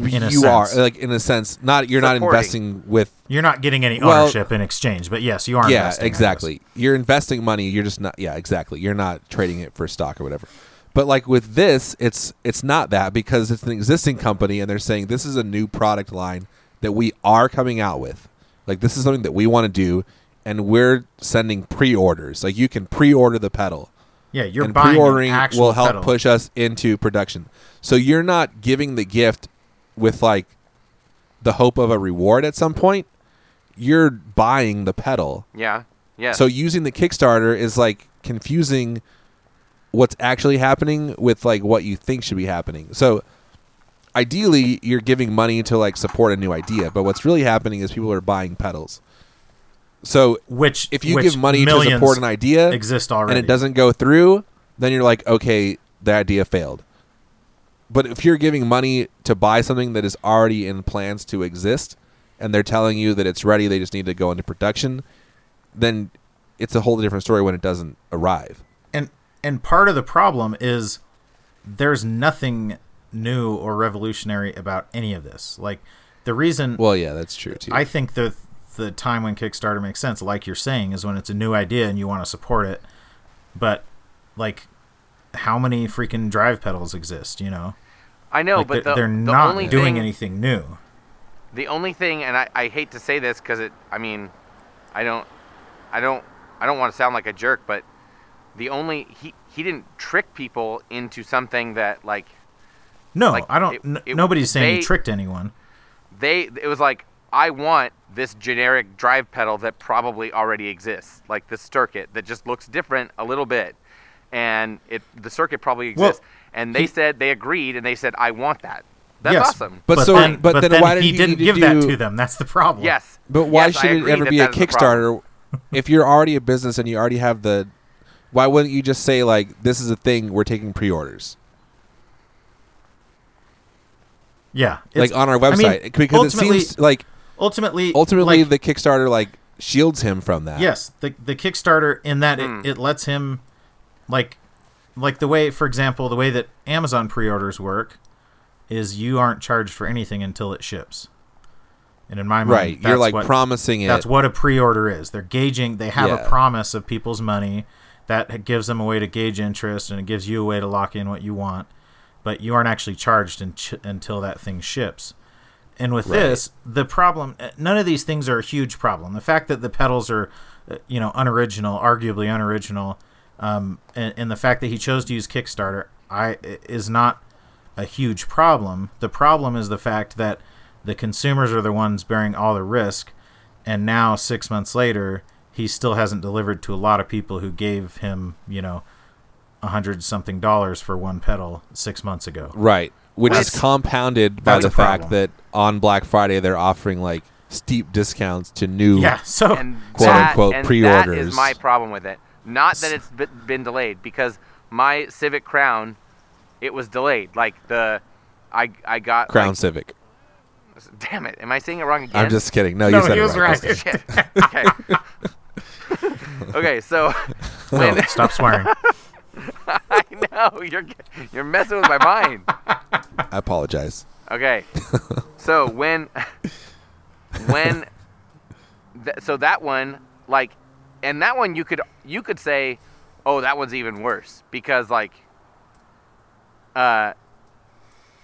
Speaker 3: In a
Speaker 1: you
Speaker 3: sense.
Speaker 1: are like in a sense not you're not
Speaker 2: Supporting.
Speaker 1: investing with
Speaker 3: You're not getting any
Speaker 1: Well-
Speaker 3: ownership in exchange, but yes, you are.
Speaker 1: yeah
Speaker 3: investing, I guess.
Speaker 1: exactly you're investing money you're just not yeah exactly you're not trading it for stock or whatever but like with this it's it's not that because it's an existing company and they're saying this is a new product line that we are coming out with like this is something that we want to do and we're sending pre-orders like you can pre-order the pedal
Speaker 3: Yeah, you're
Speaker 1: and
Speaker 3: buying
Speaker 1: pre-ordering
Speaker 3: an actual
Speaker 1: will help
Speaker 3: pedal.
Speaker 1: push us into production so you're not giving the gift with like the hope of a reward at some point you're buying the pedal
Speaker 2: yeah. Yeah.
Speaker 1: so using the Kickstarter is like confusing what's actually happening with like what you think should be happening. So ideally you're giving money to like support a new idea, but what's really happening is people are buying pedals. So
Speaker 3: Which
Speaker 1: if you
Speaker 3: which
Speaker 1: give money to
Speaker 3: millions
Speaker 1: support an idea
Speaker 3: exist already,
Speaker 1: and it doesn't go through, then you're like, okay, the idea failed. But if you're giving money to buy something that is already in plans to exist and they're telling you that it's ready, they just need to go into production, then it's a whole different story when it doesn't arrive.
Speaker 3: And and part of the problem is there's nothing new or revolutionary about any of this. Like the reason
Speaker 1: Well, yeah, that's true too.
Speaker 3: I think the the time when Kickstarter makes sense, like you're saying, is when it's a new idea and you want to support it. But like, how many freaking drive pedals exist? You know,
Speaker 2: I know,
Speaker 3: Like,
Speaker 2: but
Speaker 3: they're,
Speaker 2: the,
Speaker 3: they're
Speaker 2: the
Speaker 3: not
Speaker 2: only
Speaker 3: doing
Speaker 2: thing,
Speaker 3: anything new.
Speaker 2: The only thing, and I, I hate to say this because it, I mean, I don't, I don't, I don't want to sound like a jerk, but the only he he didn't trick people into something that like
Speaker 3: No,
Speaker 2: Like,
Speaker 3: I don't.
Speaker 2: it-
Speaker 3: n-
Speaker 2: it-
Speaker 3: nobody's saying
Speaker 2: they-
Speaker 3: he tricked anyone.
Speaker 2: they it was like I want this generic drive pedal that probably already exists, like this circuit that just looks different a little bit, and it the circuit probably
Speaker 3: Well,
Speaker 2: exists. and they said they agreed, and they said I want that. That's
Speaker 3: yes,
Speaker 2: awesome.
Speaker 1: But so-
Speaker 3: then,
Speaker 1: but then why did
Speaker 3: he
Speaker 1: he need
Speaker 3: didn't
Speaker 1: to
Speaker 3: give that
Speaker 1: do-
Speaker 3: to them? That's the problem.
Speaker 2: yes,
Speaker 1: But why
Speaker 2: Yes, I
Speaker 1: should it
Speaker 2: agree
Speaker 1: ever
Speaker 2: that
Speaker 1: be a
Speaker 2: that is the problem.
Speaker 1: Kickstarter if you're already a business and you already have the why wouldn't you just say like this is a thing we're taking pre-orders?
Speaker 3: Yeah. it's-
Speaker 1: Like on our
Speaker 3: I mean,
Speaker 1: website because it
Speaker 3: ultimately-
Speaker 1: seems like
Speaker 3: ultimately,
Speaker 1: ultimately
Speaker 3: like,
Speaker 1: the Kickstarter like shields him from that.
Speaker 3: yes, the the Kickstarter in that
Speaker 2: Hmm.
Speaker 3: it, it lets him, like, like the way, for example, the way that Amazon pre-orders work, is you aren't charged for anything until it ships. And in my mind,
Speaker 1: right. You're
Speaker 3: that's
Speaker 1: like
Speaker 3: what-
Speaker 1: promising it.
Speaker 3: That's what a pre-order is. They're gauging. They have
Speaker 1: Yeah.
Speaker 3: a promise of people's money that gives them a way to gauge interest, and it gives you a way to lock in what you want. But you aren't actually charged in until that thing ships. And with this, the problem. uh, None of these things are a huge problem. The fact that the pedals are, uh, you know, unoriginal, arguably unoriginal, um, and, and the fact that he chose to use Kickstarter, I i- is not a huge problem. The problem is the fact that the consumers are the ones bearing all the risk, and now six months later, he still hasn't delivered to a lot of people who gave him, you know, a hundred something dollars for one pedal six months ago.
Speaker 1: right. Which is
Speaker 3: That's-
Speaker 1: compounded by
Speaker 3: that's
Speaker 1: the
Speaker 3: a
Speaker 1: fact
Speaker 3: problem.
Speaker 1: that on Black Friday they're offering like steep discounts to new
Speaker 3: Yeah, [LAUGHS] so
Speaker 2: and
Speaker 1: quote
Speaker 2: that,
Speaker 1: unquote,
Speaker 2: and That
Speaker 1: pre-orders.
Speaker 2: is my problem with it. Not that it's b- been delayed because my Civic Crown, it was delayed. Like the, I I got
Speaker 1: Crown Civic.
Speaker 2: Like, damn it! Am I saying it wrong again?
Speaker 1: I'm just kidding. No,
Speaker 3: No,
Speaker 1: you said
Speaker 3: he
Speaker 1: it
Speaker 3: was
Speaker 1: right.
Speaker 3: right.
Speaker 2: Shit. [LAUGHS] Okay. okay. So when [LAUGHS]
Speaker 3: stop swearing.
Speaker 2: I know you're you're messing with my mind.
Speaker 1: I apologize.
Speaker 2: Okay. so when [LAUGHS] when th- so that one like and that one you could you could say oh that one's even worse because like uh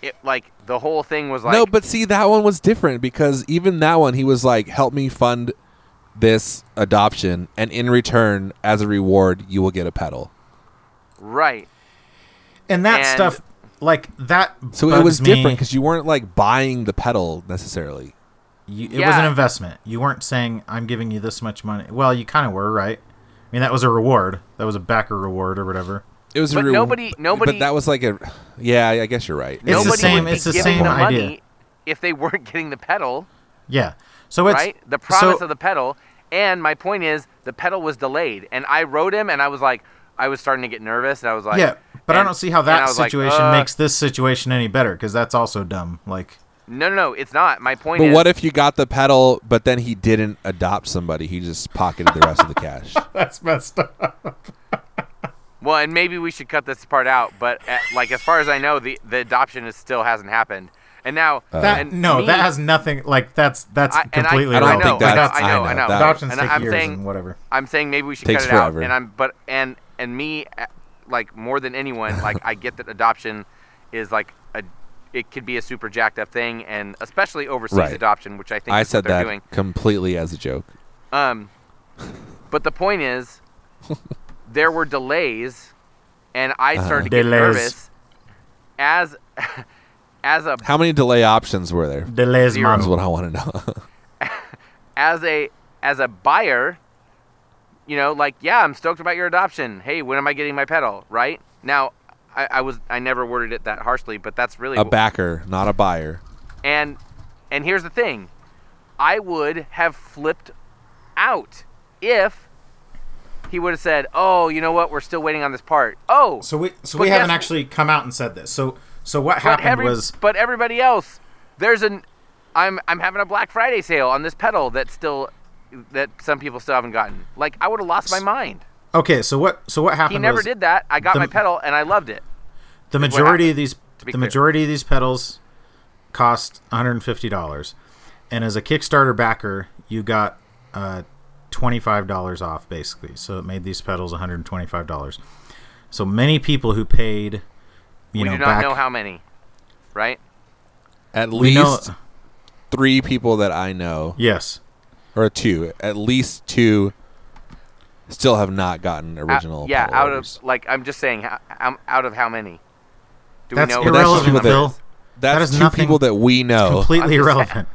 Speaker 2: it like the whole thing was like
Speaker 1: no, but see that one was different because even that one he was like, "Help me fund this adoption, and in return, as a reward, you will get a pedal.
Speaker 2: Right.
Speaker 3: and that
Speaker 2: And-
Speaker 3: stuff like that.
Speaker 1: So it
Speaker 3: bugs
Speaker 1: was
Speaker 3: me.
Speaker 1: different because you weren't like buying the pedal necessarily.
Speaker 3: You, it was
Speaker 2: Yeah.
Speaker 3: an investment. You weren't saying I'm giving you this much money. Well, you kind of were, right? I mean, that was a reward. That was a backer reward or whatever.
Speaker 1: It was a
Speaker 2: But
Speaker 1: re-
Speaker 2: nobody- nobody-
Speaker 1: But that was like a, yeah. I guess you're right.
Speaker 3: It's the
Speaker 2: Nobody
Speaker 3: same-
Speaker 2: would be
Speaker 3: it's the
Speaker 2: giving
Speaker 3: same
Speaker 2: the money
Speaker 3: idea.
Speaker 2: if they weren't getting the pedal,
Speaker 3: Yeah. So it's
Speaker 2: right? The promise
Speaker 3: so-
Speaker 2: of the pedal. And my point is, the pedal was delayed, and I wrote him, and I was like, I was starting to get nervous, and I was like,
Speaker 3: yeah, but I
Speaker 2: and-
Speaker 3: don't see how
Speaker 2: and I
Speaker 3: that
Speaker 2: was like,
Speaker 3: situation
Speaker 2: uh,
Speaker 3: makes this situation any better because that's also dumb. Like,
Speaker 2: No, no, no, it's not. My point
Speaker 1: But
Speaker 2: is,
Speaker 1: what if you got the pedal, but then he didn't adopt somebody? He just pocketed the rest of the [LAUGHS] cash.
Speaker 3: [LAUGHS] that's messed up.
Speaker 2: well, and maybe we should cut this part out. But uh, like, as far as I know, the the adoption is still hasn't happened, and now
Speaker 3: That
Speaker 2: and
Speaker 3: no,
Speaker 2: me-
Speaker 3: that has nothing. Like, that's that's
Speaker 2: I- and I-
Speaker 3: completely.
Speaker 1: I don't
Speaker 3: wrong.
Speaker 1: think
Speaker 3: Like,
Speaker 1: that's-
Speaker 2: I know, I know.
Speaker 1: that-
Speaker 3: Adoptions
Speaker 2: And
Speaker 3: take
Speaker 2: I'm
Speaker 3: years
Speaker 2: saying-
Speaker 3: and whatever.
Speaker 2: I'm saying maybe we should
Speaker 1: Takes
Speaker 2: cut it
Speaker 1: forever.
Speaker 2: out. And I'm but and and me uh, like more than
Speaker 1: [LAUGHS]
Speaker 2: anyone, like I get that adoption is like a it could be a super jacked up thing and especially overseas
Speaker 1: Right.
Speaker 2: adoption, which I think
Speaker 1: I
Speaker 2: is what
Speaker 1: said
Speaker 2: they're
Speaker 1: that
Speaker 2: doing.
Speaker 1: completely as a joke.
Speaker 2: Um but the
Speaker 1: [LAUGHS]
Speaker 2: point is there were delays and I started to get
Speaker 3: Delays.
Speaker 2: nervous as [LAUGHS] as a
Speaker 1: How many delay options were there?
Speaker 3: Delays,
Speaker 2: Zero.
Speaker 1: That's
Speaker 3: man.
Speaker 1: what I want to know.
Speaker 2: as a as a buyer, you know, like yeah, I'm stoked about your adoption. Hey, when am I getting my pedal? Right now, I, I was I never worded it that harshly, but that's really
Speaker 1: a backer, not a buyer.
Speaker 2: and and here's the thing, I would have flipped out if he would have said, "Oh, you know what? We're still waiting on this part." Oh,
Speaker 3: So we so
Speaker 2: But
Speaker 3: we haven't
Speaker 2: guess-
Speaker 3: actually come out and said this. So so what
Speaker 2: but
Speaker 3: happened
Speaker 2: every
Speaker 3: was
Speaker 2: but everybody else, there's an I'm I'm having a Black Friday sale on this pedal that's still that some people still haven't gotten. Like I would have lost my mind.
Speaker 3: okay. So what so what happened?
Speaker 2: He never
Speaker 3: was
Speaker 2: did that. I got
Speaker 3: the-
Speaker 2: my pedal and I loved it.
Speaker 3: The
Speaker 2: what
Speaker 3: majority
Speaker 2: happened,
Speaker 3: of these the
Speaker 2: be clear.
Speaker 3: majority of these pedals cost one hundred and fifty dollars, and as a Kickstarter backer, you got uh, twenty five dollars off basically. So it made these pedals one hundred and twenty five dollars. So many people who paid, you
Speaker 2: We
Speaker 3: know,
Speaker 2: do not
Speaker 3: back
Speaker 2: know how many, right?
Speaker 1: At
Speaker 3: we know-
Speaker 1: least three people that I know,
Speaker 3: yes,
Speaker 1: or two, at least two, still have not gotten
Speaker 2: Uh,
Speaker 1: original.
Speaker 2: yeah,
Speaker 1: pedal
Speaker 2: out
Speaker 1: orders.
Speaker 2: of like I'm just saying, how, um, out of how many? Do
Speaker 3: that's
Speaker 2: we know?
Speaker 1: But that's just
Speaker 3: irrelevant,
Speaker 1: people that-
Speaker 3: Phil. that
Speaker 1: that's
Speaker 3: is
Speaker 1: two
Speaker 3: nothing-
Speaker 1: people that we know.
Speaker 3: Completely
Speaker 2: I'm just
Speaker 3: irrelevant.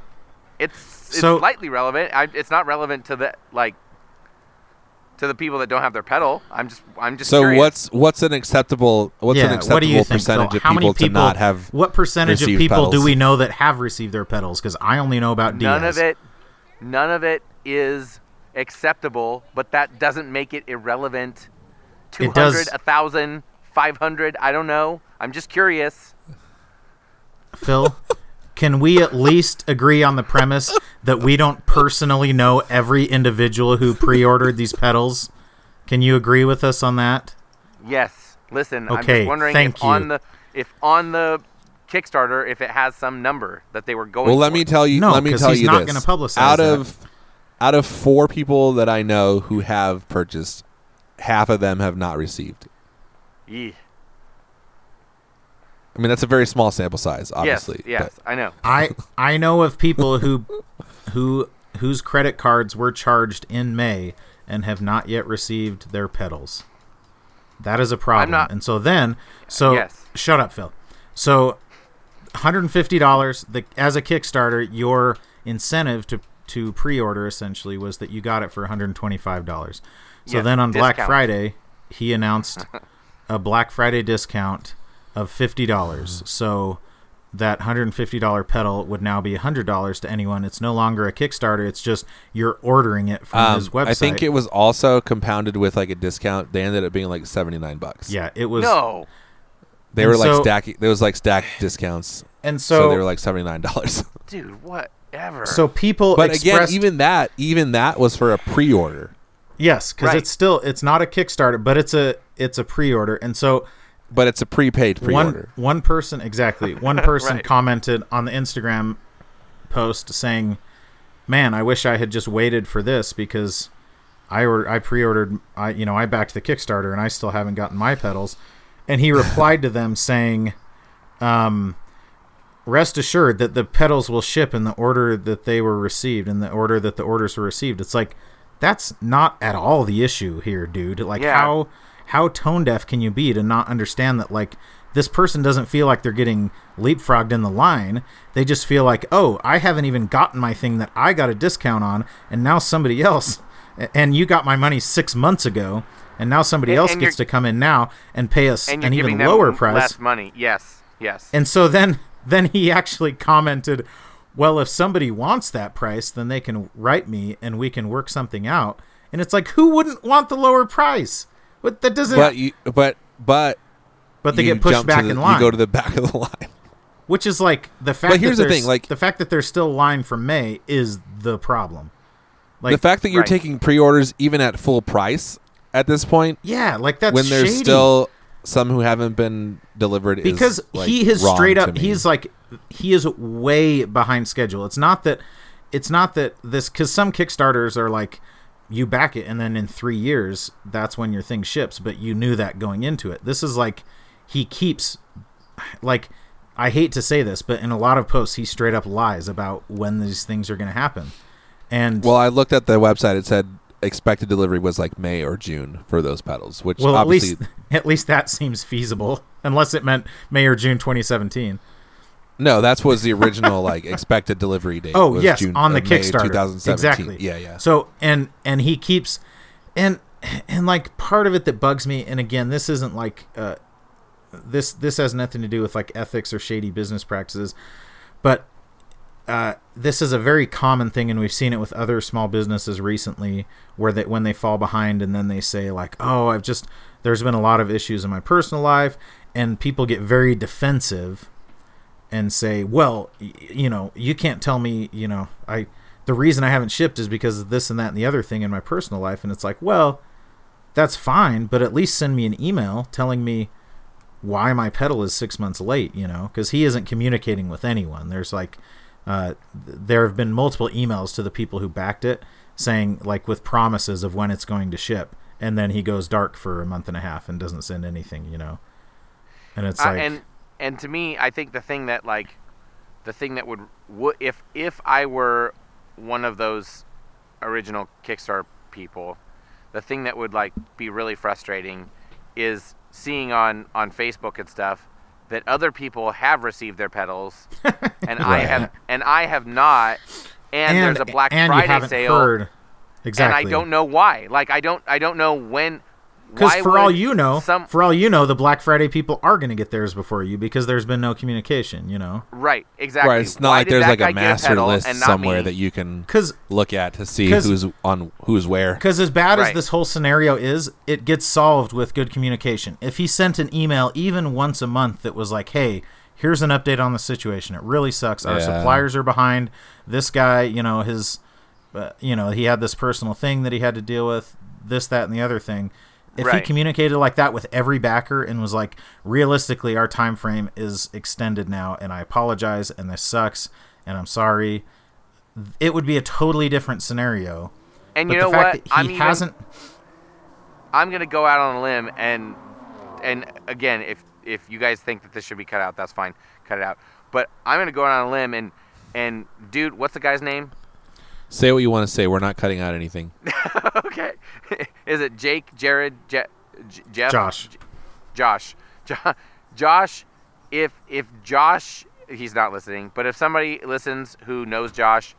Speaker 2: It's, it's
Speaker 3: So-
Speaker 2: slightly relevant. I, it's not relevant to the like to the people that don't have their pedal. I'm just I'm just
Speaker 1: So
Speaker 2: curious.
Speaker 1: what's what's an acceptable what's an
Speaker 3: yeah,
Speaker 1: acceptable
Speaker 3: what do you think? Phil?
Speaker 1: percentage
Speaker 3: how
Speaker 1: of
Speaker 3: many
Speaker 1: people,
Speaker 3: people
Speaker 1: to not have
Speaker 3: What percentage of
Speaker 1: received
Speaker 3: people do
Speaker 1: pedals?
Speaker 3: we know that have received their pedals? Because I only know about
Speaker 2: none
Speaker 3: Diaz.
Speaker 2: of it none of it is acceptable, but that doesn't make it irrelevant. Two
Speaker 3: It does-
Speaker 2: hundred, a thousand, five hundred. I don't know. I'm just curious.
Speaker 3: Phil, can we at least agree on the premise that we don't personally know every individual who pre-ordered these pedals? Can you agree with us on that?
Speaker 2: Yes. Listen, I'm
Speaker 3: Okay,
Speaker 2: just wondering
Speaker 3: thank
Speaker 2: if on
Speaker 3: you.
Speaker 2: the if on the Kickstarter if it has some number that they were going.
Speaker 1: Well, let
Speaker 2: for.
Speaker 1: me tell you.
Speaker 3: No,
Speaker 1: let me
Speaker 3: 'cause
Speaker 1: tell
Speaker 3: he's
Speaker 1: you
Speaker 3: not
Speaker 1: this.
Speaker 3: gonna publicize
Speaker 1: out
Speaker 3: that.
Speaker 1: of out of four people that I know who have purchased, half of them have not received.
Speaker 2: Yee.
Speaker 1: I mean, that's a very small sample size,
Speaker 2: Yes.
Speaker 1: obviously.
Speaker 2: Yes. I know.
Speaker 3: I I know of people who who whose credit cards were charged in May and have not yet received their pedals. That is a problem.
Speaker 2: not-
Speaker 3: and so then so
Speaker 2: Yes.
Speaker 3: shut up, Phil. So $150 the, as a Kickstarter, your incentive to to pre-order essentially was that you got it for $125. So
Speaker 2: Yeah,
Speaker 3: then on Black
Speaker 2: discount.
Speaker 3: Friday, he announced a Black Friday discount of
Speaker 1: Mm-hmm.
Speaker 3: $50. So that $150 pedal would now be $100 to anyone. It's no longer a Kickstarter. It's just you're ordering it from
Speaker 1: Um,
Speaker 3: his website.
Speaker 1: I think it was also compounded with like a discount. They ended up being like seventy nine bucks.
Speaker 3: Yeah, it was.
Speaker 2: No.
Speaker 1: they were
Speaker 3: and
Speaker 1: like
Speaker 3: so-
Speaker 1: stacking. There was like stacked discounts,
Speaker 3: And
Speaker 1: so,
Speaker 3: so,
Speaker 1: they were like seventy nine dollars. [LAUGHS]
Speaker 2: Dude. Whatever.
Speaker 3: so people
Speaker 1: but again,
Speaker 3: expressed,
Speaker 1: even that, even that was for a pre order.
Speaker 3: yes, because
Speaker 2: Right.
Speaker 3: it's still it's not a Kickstarter, but it's a it's a pre-order. And so
Speaker 1: But it's a prepaid pre order.
Speaker 3: One one person exactly. One person
Speaker 2: Right.
Speaker 3: commented on the Instagram post saying, "Man, I wish I had just waited for this because I or, I pre-ordered I you know, I backed the Kickstarter and I still haven't gotten my pedals." And he replied to them saying, um, rest assured that the pedals will ship in the order that they were received in the order that the orders were received. It's like that's not at all the issue here, dude. Like
Speaker 2: Yeah.
Speaker 3: how how tone deaf can you be to not understand that like this person doesn't feel like they're getting leapfrogged in the line. They just feel like, "Oh, I haven't even gotten my thing that I got a discount on, and now somebody else and you got my money 6 months ago, and now somebody
Speaker 2: And-
Speaker 3: else
Speaker 2: and
Speaker 3: gets
Speaker 2: you're-
Speaker 3: to come in now and pay us
Speaker 2: and
Speaker 3: an
Speaker 2: you're
Speaker 3: even
Speaker 2: giving them
Speaker 3: lower
Speaker 2: m-
Speaker 3: price."
Speaker 2: less money. Yes, yes.
Speaker 3: And so then [LAUGHS] then he actually commented, "Well, if somebody wants that price, then they can write me and we can work something out." And it's like, who wouldn't want the lower price? What that doesn't.
Speaker 1: But
Speaker 3: But,
Speaker 1: you, but but
Speaker 3: they
Speaker 1: you
Speaker 3: get pushed
Speaker 1: jump to
Speaker 3: back
Speaker 1: the-
Speaker 3: in line,
Speaker 1: You go to the [LAUGHS] back of the line.
Speaker 3: which is like the fact.
Speaker 1: But here's
Speaker 3: that
Speaker 1: the
Speaker 3: there's-
Speaker 1: thing, like-
Speaker 3: the fact that there's still line for May is the problem. Like,
Speaker 1: the fact that you're
Speaker 2: right.
Speaker 1: taking pre-orders even at full price at this point,
Speaker 3: yeah, like that's
Speaker 1: when there's
Speaker 3: shady.
Speaker 1: still some who haven't been delivered, is,
Speaker 3: because
Speaker 1: like,
Speaker 3: he is
Speaker 1: wrong
Speaker 3: straight
Speaker 1: to
Speaker 3: up
Speaker 1: me.
Speaker 3: he's like he is way behind schedule it's not that it's not that this because some kickstarters are like you back it and then in three years that's when your thing ships but you knew that going into it this is like he keeps like i hate to say this but in a lot of posts he straight up lies about when these things are going to happen and
Speaker 1: Well, I looked at the website. It said expected delivery was like May or June for those pedals, which
Speaker 3: well at
Speaker 1: obviously
Speaker 3: least [LAUGHS] at least that seems feasible unless it meant may or june 2017
Speaker 1: no, that's was the original like expected delivery date.
Speaker 3: Oh
Speaker 1: was
Speaker 3: yes,
Speaker 1: June,
Speaker 3: on
Speaker 1: uh,
Speaker 3: the
Speaker 1: May
Speaker 3: Kickstarter.
Speaker 1: 2017.
Speaker 3: Exactly.
Speaker 1: Yeah, yeah.
Speaker 3: So and and he keeps and and like part of it that bugs me and again this isn't like uh this this has nothing to do with like ethics or shady business practices, but uh, this is a very common thing, and we've seen it with other small businesses recently, where that when they fall behind and then they say like, "Oh, I've just there's been a lot of issues in my personal life," and people get very defensive and say, "Well, y- you know, you can't tell me, you know, I the reason I haven't shipped is because of this and that and the other thing in my personal life." And it's like, "Well, that's fine, but at least send me an email telling me why my pedal is 6 months late, you know, cuz he isn't communicating with anyone. There's like uh, th- there have been multiple emails to the people who backed it saying like with promises of when it's going to ship and then he goes dark for a month and a half and doesn't send anything, you know. And it's
Speaker 2: Uh,
Speaker 3: like
Speaker 2: and and to me, I think the thing that like the thing that would would if if I were one of those original Kickstarter people, the thing that would like be really frustrating is seeing on on Facebook and stuff that other people have received their
Speaker 3: [LAUGHS]
Speaker 2: pedals and I
Speaker 1: Right.
Speaker 2: have and I have not and, there's a Black
Speaker 3: and you
Speaker 2: Friday
Speaker 3: haven't
Speaker 2: sale
Speaker 3: Heard. Exactly.
Speaker 2: and I don't know why. Like I don't I don't know when
Speaker 3: Because
Speaker 2: why
Speaker 3: for all
Speaker 2: would
Speaker 3: you know,
Speaker 2: some
Speaker 3: for all you know, the Black Friday people are going to get theirs before you because there's been no communication. You know,
Speaker 2: Right, exactly.
Speaker 1: Right, it's not
Speaker 2: Why
Speaker 1: like
Speaker 2: did
Speaker 1: there's
Speaker 2: that
Speaker 1: like
Speaker 2: guy
Speaker 1: a
Speaker 2: get
Speaker 1: master
Speaker 2: pedal
Speaker 1: list
Speaker 2: and not
Speaker 1: somewhere
Speaker 2: me?
Speaker 1: that you can
Speaker 3: because
Speaker 1: look at to see
Speaker 3: 'Cause-
Speaker 1: who's on who's where.
Speaker 3: Because as bad as
Speaker 2: Right.
Speaker 3: this whole scenario is, it gets solved with good communication. If he sent an email even once a month that was like, hey, here's an update on the situation. It really sucks. Our
Speaker 1: Yeah.
Speaker 3: suppliers are behind. This guy, you know, his, uh, you know, he had this personal thing that he had to deal with, this, that, and the other thing. If he
Speaker 2: Right.
Speaker 3: communicated like that with every backer and was like, realistically, our time frame is extended now, and I apologize, and this sucks, and I'm sorry, it would be a totally different scenario.
Speaker 2: And
Speaker 3: But
Speaker 2: you
Speaker 3: the
Speaker 2: know
Speaker 3: fact
Speaker 2: what?
Speaker 3: that
Speaker 2: I'm
Speaker 3: he
Speaker 2: even-
Speaker 3: hasn't
Speaker 2: I'm gonna go out on a limb and and again, if if you guys think that this should be cut out, that's fine, cut it out. But I'm gonna go out on a limb and and dude, what's the guy's name?
Speaker 1: Say what you want to say. We're not cutting out anything.
Speaker 2: okay, [LAUGHS] is it Jake, Jared, Je- J- Jeff,
Speaker 3: Josh.
Speaker 2: J- Josh, [LAUGHS] Jo- Josh? If if Josh, he's not listening, but if somebody listens who knows Josh,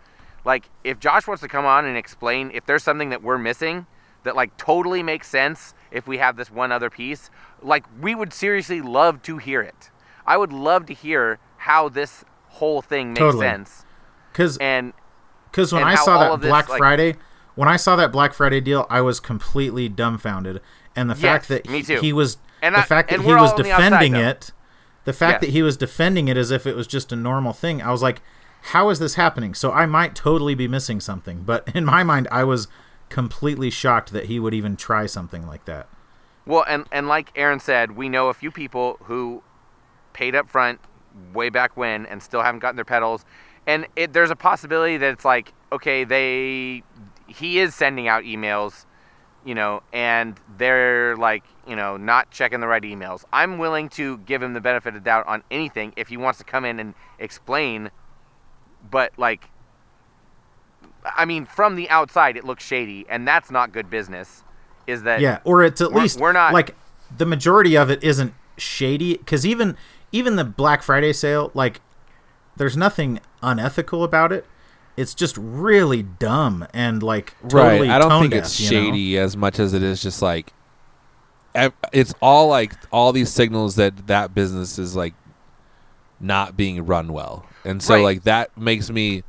Speaker 2: like if Josh wants to come on and explain if there's something that we're missing that like totally makes sense if we have this one other piece, like we would seriously love to hear it. I would love to hear how this whole thing makes
Speaker 3: Totally.
Speaker 2: sense.
Speaker 3: because
Speaker 2: And
Speaker 3: Because when
Speaker 2: and
Speaker 3: I
Speaker 2: how
Speaker 3: saw
Speaker 2: all
Speaker 3: that
Speaker 2: of this,
Speaker 3: Black
Speaker 2: like-
Speaker 3: Friday, when I saw that Black Friday deal, I was completely dumbfounded, and the fact that
Speaker 2: me
Speaker 3: he,
Speaker 2: too.
Speaker 3: he was
Speaker 2: And
Speaker 3: the
Speaker 2: I-
Speaker 3: fact that
Speaker 2: and
Speaker 3: he
Speaker 2: we're
Speaker 3: was
Speaker 2: all on the outside,
Speaker 3: defending
Speaker 2: though.
Speaker 3: it, the fact
Speaker 2: Yeah.
Speaker 3: that he was defending it as if it was just a normal thing. I was like, how is this happening? So I might totally be missing something, but [LAUGHS] in my mind, I was completely shocked that he would even try something like that.
Speaker 2: Well, and and like Aaron said, we know a few people who paid up front way back when and still haven't gotten their pedals. And it, there's a possibility that it's like, okay, they he is sending out emails, you know, and they're like, you know, not checking the right emails. I'm willing to give him the benefit of doubt on anything if he wants to come in and explain, but like I mean, from the outside, it looks shady, and that's not good business. Is that
Speaker 3: yeah, or it's at
Speaker 2: We're-
Speaker 3: least
Speaker 2: we're not-
Speaker 3: like the majority of it isn't shady because even even the Black Friday sale, like there's nothing unethical about it. It's just really dumb and like totally
Speaker 1: right. I don't
Speaker 3: tone
Speaker 1: think
Speaker 3: deaf,
Speaker 1: it's
Speaker 3: you know?
Speaker 1: shady as much as it is just like ev- it's all like all these signals that that business is like not being run well, and so
Speaker 2: Right.
Speaker 1: like that makes me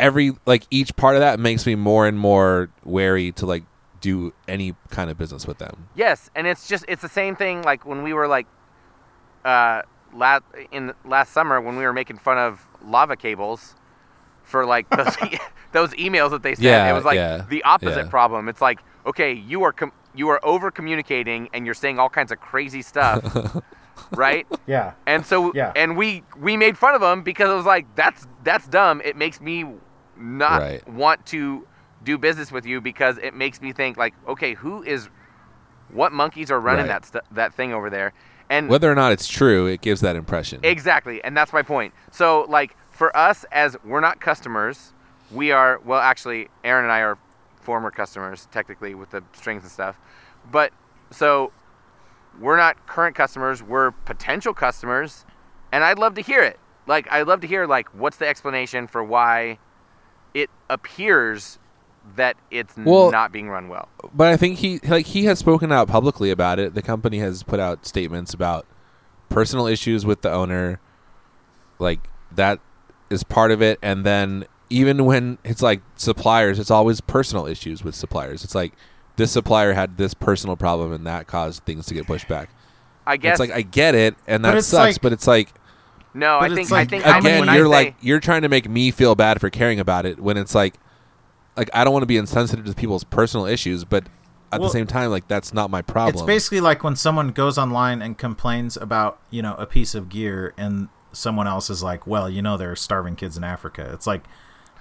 Speaker 1: every like each part of that makes me more and more wary to like do any kind of business with them.
Speaker 2: Yes, and it's just it's the same thing like when we were like uh la in last summer when we were making fun of lava cables
Speaker 1: [LAUGHS]
Speaker 2: for like those, e- those emails that they sent.
Speaker 1: Yeah,
Speaker 2: it was like
Speaker 1: yeah,
Speaker 2: the opposite
Speaker 1: yeah.
Speaker 2: problem. It's like, okay, you are com- you are over communicating and you're saying all kinds of
Speaker 1: [LAUGHS]
Speaker 2: crazy stuff. right?
Speaker 3: Yeah.
Speaker 2: And so
Speaker 3: Yeah.
Speaker 2: and we we made fun of them because it was like that's that's dumb. It makes me not
Speaker 1: Right.
Speaker 2: want to do business with you because it makes me think like okay, who is what monkeys are running
Speaker 1: Right.
Speaker 2: that stu- that thing over there? And
Speaker 1: Whether or not it's true, it gives that impression.
Speaker 2: exactly, and that's my point. So like for us as we're not customers, we are well actually Aaron and I are former customers technically with the strings and stuff. But so we're not current customers we're potential customers and i'd love to hear it like i'd love to hear like what's the explanation for why it appears that it's n-
Speaker 1: Well-
Speaker 2: not being run well
Speaker 1: but I think he like he has spoken out publicly about it. The company has put out statements about personal issues with the owner. Like that is part of it and then even when it's like suppliers, it's always personal issues with suppliers. It's like this supplier had this personal problem and that caused things to get pushed back.
Speaker 2: i guess
Speaker 1: It's like I get it and
Speaker 3: But
Speaker 1: that
Speaker 3: it's
Speaker 1: sucks,
Speaker 3: like-
Speaker 1: but it's like
Speaker 2: no i
Speaker 3: but
Speaker 2: think
Speaker 3: it's
Speaker 2: i
Speaker 3: like-
Speaker 2: think I mean,
Speaker 1: again,
Speaker 2: when I
Speaker 1: you're
Speaker 2: say-
Speaker 1: like you're trying to make me feel bad for caring about it when it's like like I don't want to be insensitive to people's personal issues, but at
Speaker 3: Well,
Speaker 1: the same time, like that's not my problem.
Speaker 3: It's basically like when someone goes online and complains about, you know, a piece of gear and someone else is like, well, you know, there are starving kids in Africa. It's like,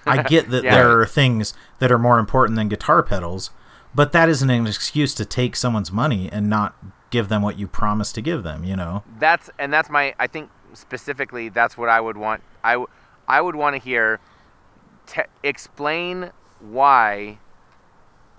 Speaker 3: I get that
Speaker 2: Yeah.
Speaker 3: there are things that are more important than guitar pedals, but that isn't an excuse to take someone's money and not give them what you promised to give them, you know?
Speaker 2: that's and that's my i think specifically that's what i would want i, w- I would want to hear te- explain why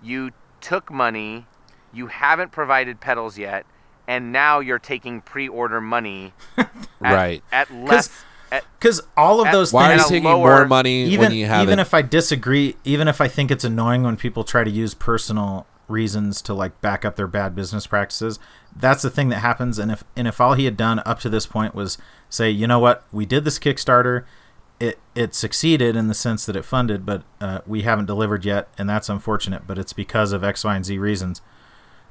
Speaker 2: you took money you haven't provided pedals yet and now you're taking pre-order money at,
Speaker 1: Right.
Speaker 2: at less at,
Speaker 3: Because all of
Speaker 2: At-
Speaker 3: those
Speaker 1: Why are
Speaker 2: and
Speaker 1: you
Speaker 2: a
Speaker 3: things,
Speaker 1: taking
Speaker 2: lower-
Speaker 1: more money
Speaker 3: even,
Speaker 1: when you have
Speaker 3: even
Speaker 1: it?
Speaker 3: if I disagree, even if I think it's annoying when people try to use personal reasons to like back up their bad business practices, that's the thing that happens. And if and if all he had done up to this point was say, you know what, we did this Kickstarter, it it succeeded in the sense that it funded, but uh, we haven't delivered yet, and that's unfortunate. But it's because of X, Y, and Z reasons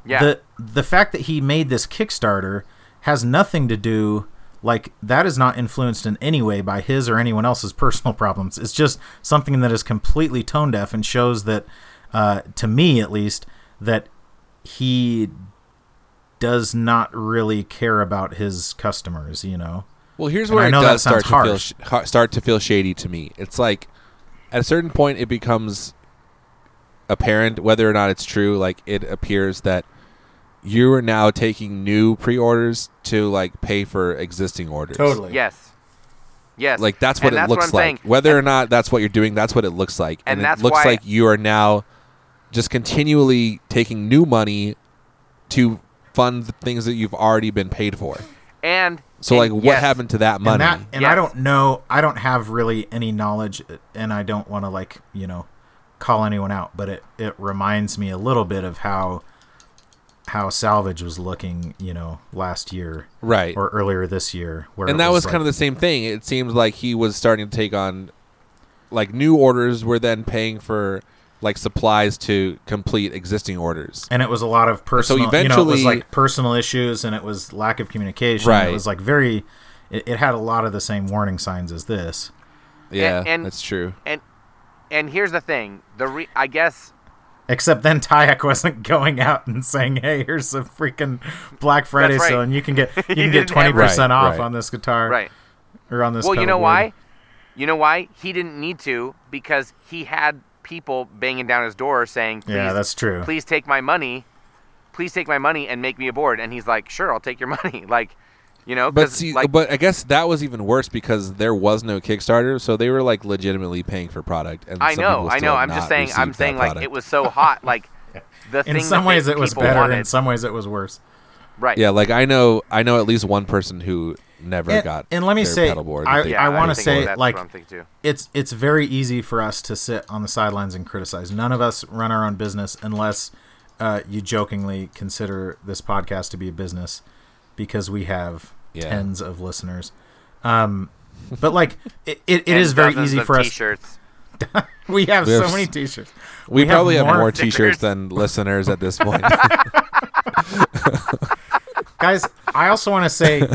Speaker 2: yeah
Speaker 3: the the fact that he made this Kickstarter has nothing to do like that is not influenced in any way by his or anyone else's [LAUGHS] personal problems. It's just something that is completely tone deaf and shows that uh, to me at least that he does not really care about his customers, you know.
Speaker 1: well, here's
Speaker 3: and
Speaker 1: where
Speaker 3: I
Speaker 1: it
Speaker 3: know that
Speaker 1: does start
Speaker 3: sounds
Speaker 1: to feel
Speaker 3: harsh.
Speaker 1: sh- ha- start to feel shady to me. It's like at a certain point, it becomes apparent whether or not it's true. Like it appears that you are now taking new pre-orders to like pay for existing orders.
Speaker 2: yes yes
Speaker 1: Like that's what
Speaker 2: And
Speaker 1: it looks
Speaker 2: I'm
Speaker 1: like.
Speaker 2: saying.
Speaker 1: Whether or not that's what you're doing, that's what it looks like.
Speaker 2: And
Speaker 1: And,
Speaker 2: that's
Speaker 1: it looks
Speaker 2: why-
Speaker 1: like you are now just continually taking new money to fund the things that you've already been paid for.
Speaker 2: and
Speaker 1: So
Speaker 2: and
Speaker 1: like what
Speaker 2: yes,
Speaker 1: happened to that money?
Speaker 3: And that and I
Speaker 2: Yes.
Speaker 3: don't know I don't have really any knowledge and I don't want to like, you know, call anyone out, but it it reminds me a little bit of how how salvage was looking, you know, last year
Speaker 1: right.
Speaker 3: or earlier this year where
Speaker 1: and
Speaker 3: it
Speaker 1: that was kind
Speaker 3: like-
Speaker 1: of the same thing. It seems like he was starting to take on like new orders were then paying for like supplies to complete existing orders.
Speaker 3: and it was a lot of personal you know, it
Speaker 1: eventually-
Speaker 3: was like personal issues and it was lack of communication.
Speaker 1: Right.
Speaker 3: It was like very it, it had a lot of the same warning signs as this.
Speaker 1: Yeah,
Speaker 2: and-
Speaker 1: that's true.
Speaker 2: and and here's the thing the re- i guess
Speaker 3: Except then Tayek [LAUGHS] wasn't going out and saying, "Hey, here's a freaking Black Friday
Speaker 2: right.
Speaker 3: sale, and you
Speaker 2: [LAUGHS]
Speaker 3: can get you can
Speaker 2: didn't
Speaker 3: get twenty
Speaker 2: have-
Speaker 3: percent
Speaker 1: Right,
Speaker 3: off
Speaker 1: right.
Speaker 3: on this
Speaker 1: Er.
Speaker 3: guitar,
Speaker 2: right
Speaker 3: Or on this."
Speaker 2: Well, you
Speaker 3: pedal
Speaker 2: know
Speaker 3: board."
Speaker 2: why? You know why? He didn't need to because he had people banging down his door saying, please,
Speaker 3: Yeah, that's true.
Speaker 2: please take my money. [LAUGHS] Please take my money and make me a board. And he's like, sure, I'll take your money. Like, You know,
Speaker 1: But
Speaker 2: 'cause,
Speaker 1: see,
Speaker 2: like,
Speaker 1: but I guess that was even worse because there was no Kickstarter, so they were like legitimately paying for product. And
Speaker 2: I
Speaker 1: some
Speaker 2: know,
Speaker 1: people
Speaker 2: I
Speaker 1: still
Speaker 2: know.
Speaker 1: have
Speaker 2: I'm
Speaker 1: not
Speaker 2: just saying, I'm
Speaker 1: received
Speaker 2: saying
Speaker 1: that
Speaker 2: like
Speaker 1: product.
Speaker 2: it was so hot, like
Speaker 1: [LAUGHS]
Speaker 2: the thing.
Speaker 3: In some
Speaker 2: that
Speaker 3: ways,
Speaker 2: they-
Speaker 3: it was
Speaker 2: people
Speaker 3: better.
Speaker 2: Wanted,
Speaker 3: In some ways, it was worse.
Speaker 2: right?
Speaker 1: Yeah, like I know, I know at least one person who never
Speaker 3: And-
Speaker 1: got.
Speaker 3: and let me
Speaker 1: their
Speaker 3: say,
Speaker 1: pedal board
Speaker 3: I-
Speaker 1: that they
Speaker 2: Yeah,
Speaker 3: I wanna
Speaker 1: paid
Speaker 2: think
Speaker 1: for.
Speaker 3: say-
Speaker 2: that's
Speaker 3: like-
Speaker 2: what I'm thinking too.
Speaker 3: It's it's very easy for us to sit on the sidelines and criticize. None of us run our own business unless uh, you jokingly consider this podcast to be a business because we have
Speaker 1: Yeah.
Speaker 3: tens of listeners. Um, but like it, it, it is
Speaker 2: And
Speaker 3: very
Speaker 2: dozens
Speaker 3: easy
Speaker 2: of
Speaker 3: for us.
Speaker 2: T-shirts.
Speaker 3: [LAUGHS] We have
Speaker 1: We have
Speaker 3: so
Speaker 1: s-
Speaker 3: many t-shirts.
Speaker 1: we,
Speaker 3: we have
Speaker 1: probably have more,
Speaker 3: more
Speaker 1: T-shirts
Speaker 3: [LAUGHS]
Speaker 1: than listeners at this point.
Speaker 3: guys i also want to say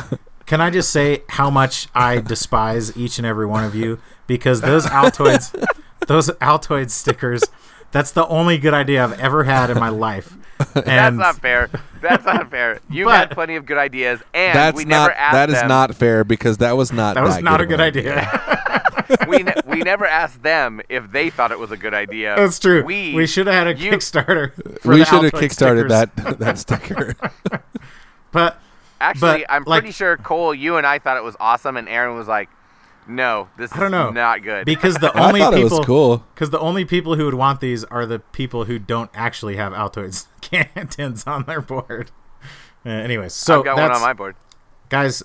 Speaker 3: can i just say how much i despise each and every one of you because those altoids those altoid stickers that's the only good idea i've ever had in my life
Speaker 2: That's
Speaker 3: and
Speaker 2: not fair. That's not fair. You
Speaker 3: [LAUGHS] But-
Speaker 2: had plenty of good ideas, and
Speaker 1: That's
Speaker 2: we
Speaker 1: not.
Speaker 2: never asked
Speaker 1: That is
Speaker 2: them.
Speaker 1: not fair because that was not.
Speaker 3: that was not a
Speaker 1: of
Speaker 3: good
Speaker 1: an
Speaker 3: idea
Speaker 2: we ne- we never asked them if they thought it was a good idea.
Speaker 3: [LAUGHS] that's true
Speaker 2: We
Speaker 3: we, should have had a
Speaker 2: you-
Speaker 3: kickstarter for
Speaker 1: We
Speaker 3: the
Speaker 1: should have
Speaker 3: Altoid
Speaker 1: kickstarted
Speaker 3: stickers.
Speaker 1: that [LAUGHS] that
Speaker 3: [LAUGHS]
Speaker 1: sticker.
Speaker 3: but
Speaker 2: Actually,
Speaker 3: But,
Speaker 2: I'm
Speaker 3: like-
Speaker 2: pretty sure Cole, you and I thought it was awesome, and Aaron was like, "No, this
Speaker 3: i don't know
Speaker 2: is not good."
Speaker 3: because the
Speaker 1: [LAUGHS] I
Speaker 3: only
Speaker 1: thought it
Speaker 3: people
Speaker 1: was cool.
Speaker 3: Because the only people who would want these are the people who don't actually have Altoids [LAUGHS] cannons on their board. Uh, anyways, so
Speaker 2: I've got one
Speaker 3: that's,
Speaker 2: on my board.
Speaker 3: guys,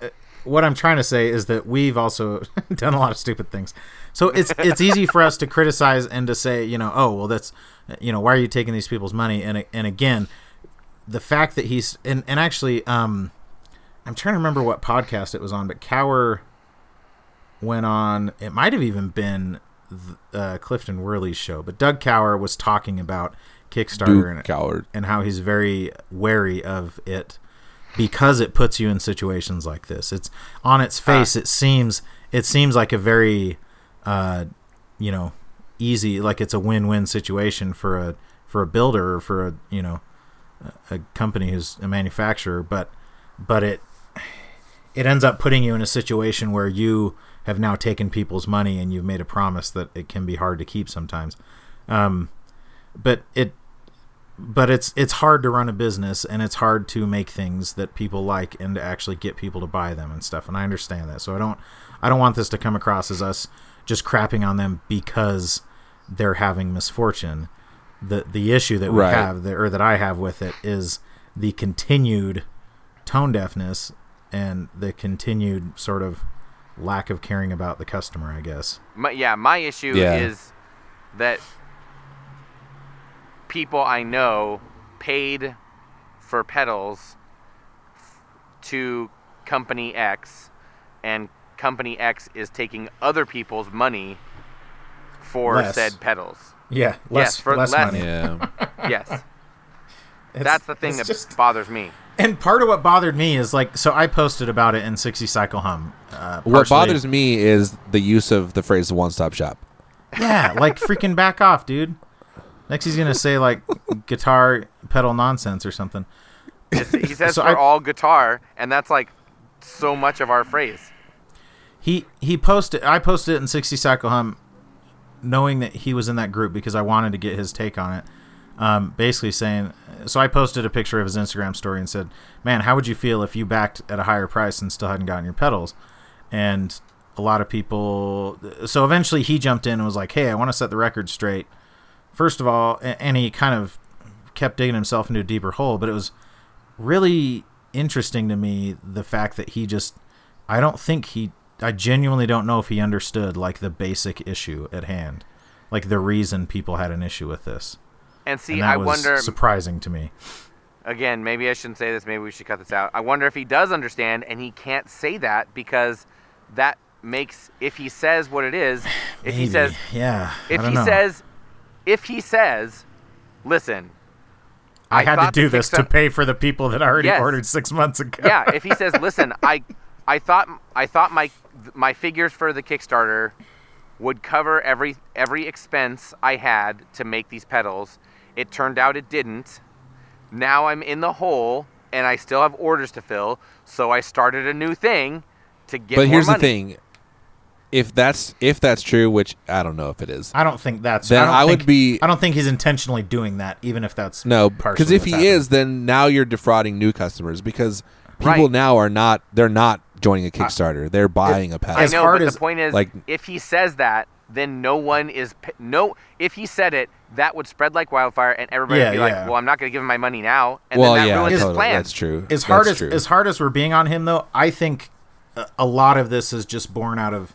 Speaker 3: uh, what I'm trying to say is that we've also [LAUGHS] done a lot of stupid things. So it's it's easy for us to criticize and to say, you know, oh well, that's, you know, why are you taking these people's money? And and again, the fact that he's and and actually, um, I'm trying to remember what podcast it was on, but Cower went on. It might have even been th- uh, Clifton Worley's show, but Doug Cower was talking about Kickstarter and
Speaker 1: Dude, coward.
Speaker 3: and how he's very wary of it because it puts you in situations like this. It's on its face. It seems it seems like a very, uh, you know, easy like it's a win-win situation for a for a builder or for a you know a a company who's a manufacturer, but but it it ends up putting you in a situation where you have now taken people's money and you've made a promise that it can be hard to keep sometimes. Um, but it but it's it's hard to run a business and it's hard to make things that people like and to actually get people to buy them and stuff and I understand that. So I don't I don't want this to come across as us just crapping on them because they're having misfortune. The the issue that we
Speaker 1: Right.
Speaker 3: have that, or that I have with it is the continued tone deafness and the continued sort of lack of caring about the customer, I guess.
Speaker 2: My, yeah, my issue
Speaker 1: Yeah.
Speaker 2: is that people I know paid for pedals to company X, and company X is taking other people's money for
Speaker 3: Less.
Speaker 2: said pedals.
Speaker 3: Yeah,
Speaker 2: Yes, for less-
Speaker 3: [LAUGHS]
Speaker 1: Yeah.
Speaker 2: Yes,
Speaker 3: It's-
Speaker 2: that's the thing
Speaker 3: it's
Speaker 2: that
Speaker 3: just-
Speaker 2: bothers me.
Speaker 3: and part of what bothered me is like, so I posted about it in 60 Cycle Hum. Uh,
Speaker 1: What
Speaker 3: partially.
Speaker 1: bothers me is the use of the phrase "one stop shop."
Speaker 3: Yeah, like freaking back off, dude. Next he's gonna say like guitar pedal nonsense or something.
Speaker 2: It's,
Speaker 3: [LAUGHS]
Speaker 2: he says
Speaker 3: So
Speaker 2: for
Speaker 3: I-
Speaker 2: all guitar, and that's like so much of our phrase.
Speaker 3: He he posted. I posted it in 60 Cycle Hum, knowing that he was in that group because I wanted to get his take on it. Um, basically saying, so I posted a picture of his Instagram story and said, "Man, how would you feel if you backed at a higher price and still hadn't gotten your pedals?" And a lot of people. So eventually he jumped in and was like, "Hey, I want to set the record straight." First of all, a- and he kind of kept digging himself into a deeper hole, but it was really interesting to me the fact that he just I don't think he I genuinely don't know if he understood like the basic issue at hand. Like the reason people had an issue with this.
Speaker 2: And see,
Speaker 3: And that
Speaker 2: I
Speaker 3: was
Speaker 2: wonder.
Speaker 3: surprising to me.
Speaker 2: again, maybe I shouldn't say this. Maybe we should cut this out. I wonder if he does understand, and he can't say that because that makes if he says what it is, if he
Speaker 3: Maybe.
Speaker 2: says,
Speaker 3: Yeah. I
Speaker 2: if
Speaker 3: don't
Speaker 2: he
Speaker 3: know.
Speaker 2: says, if he says, listen,
Speaker 3: I,
Speaker 2: I
Speaker 3: had to
Speaker 2: thought
Speaker 3: do
Speaker 2: the
Speaker 3: this to
Speaker 2: Kickstar-
Speaker 3: pay for the people that already
Speaker 2: Yes.
Speaker 3: ordered six months ago.
Speaker 2: yeah. If he says, listen, I, I thought, I thought my, my figures for the Kickstarter would cover every every expense I had to make these pedals. It turned out it didn't. Now I'm in the hole, and I still have orders to fill. So I started a new thing to get.
Speaker 1: but
Speaker 2: more
Speaker 1: here's
Speaker 2: money.
Speaker 1: the thing: if that's if that's true, which I don't know if it is,
Speaker 3: I don't think that's
Speaker 1: Then
Speaker 3: I, don't
Speaker 1: I would
Speaker 3: think-
Speaker 1: be-
Speaker 3: I don't think he's intentionally doing that, even if that's
Speaker 1: No,
Speaker 3: partially
Speaker 1: because if
Speaker 3: what's
Speaker 1: he
Speaker 3: happening.
Speaker 1: is, then now you're defrauding new customers because people
Speaker 2: Right.
Speaker 1: now are not they're not joining a Kickstarter. they're buying a
Speaker 2: I
Speaker 1: pass.
Speaker 3: as
Speaker 2: know,
Speaker 3: hard
Speaker 2: but
Speaker 3: as-
Speaker 2: the point is,
Speaker 1: like-
Speaker 2: if he says that, then no one is p- no. If he said it, that would spread like wildfire, and everybody would
Speaker 3: Yeah,
Speaker 2: be
Speaker 3: yeah.
Speaker 2: like, "Well, I'm not going to give him my money now," and
Speaker 1: well,
Speaker 2: then that
Speaker 1: yeah,
Speaker 2: ruins
Speaker 1: totally.
Speaker 2: his plan.
Speaker 1: That's true.
Speaker 3: as hard
Speaker 1: That's
Speaker 3: as
Speaker 1: true.
Speaker 3: as hard as we're being on him though i think a- a lot of this is just born out of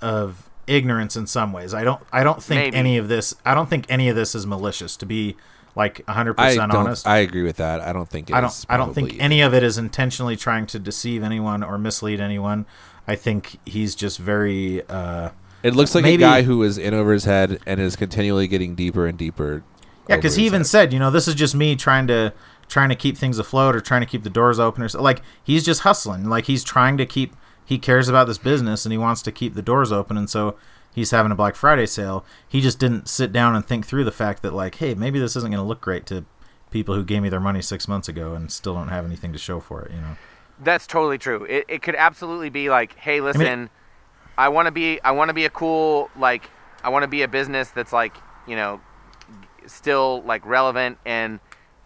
Speaker 3: of ignorance in some ways i don't i don't think
Speaker 2: Maybe.
Speaker 3: any of this i don't think any of this is malicious to be like 100%
Speaker 1: I don't.
Speaker 3: honest
Speaker 1: I agree with that. I don't think. It
Speaker 3: I don't.
Speaker 1: is
Speaker 3: I don't think
Speaker 1: probably-
Speaker 3: any of it is intentionally trying to deceive anyone or mislead anyone. I think he's just very. Uh,
Speaker 1: It looks like
Speaker 3: maybe-
Speaker 1: a guy who is in over his head and is continually getting deeper and deeper.
Speaker 3: yeah,
Speaker 1: over
Speaker 3: because he
Speaker 1: his
Speaker 3: even
Speaker 1: head.
Speaker 3: said, you know, this is just me trying to trying to keep things afloat or trying to keep the doors open or so. like he's just hustling. Like he's trying to keep. He cares about this business and he wants to keep the doors open, and so he's having a Black Friday sale. He just didn't sit down and think through the fact that like, hey, maybe this isn't going to look great to people who gave me their money six months ago and still don't have anything to show for it. You know.
Speaker 2: That's totally true. It, it could absolutely be like, hey, listen, I, want to be I want to be a cool like I want to be a business that's like you know still like relevant and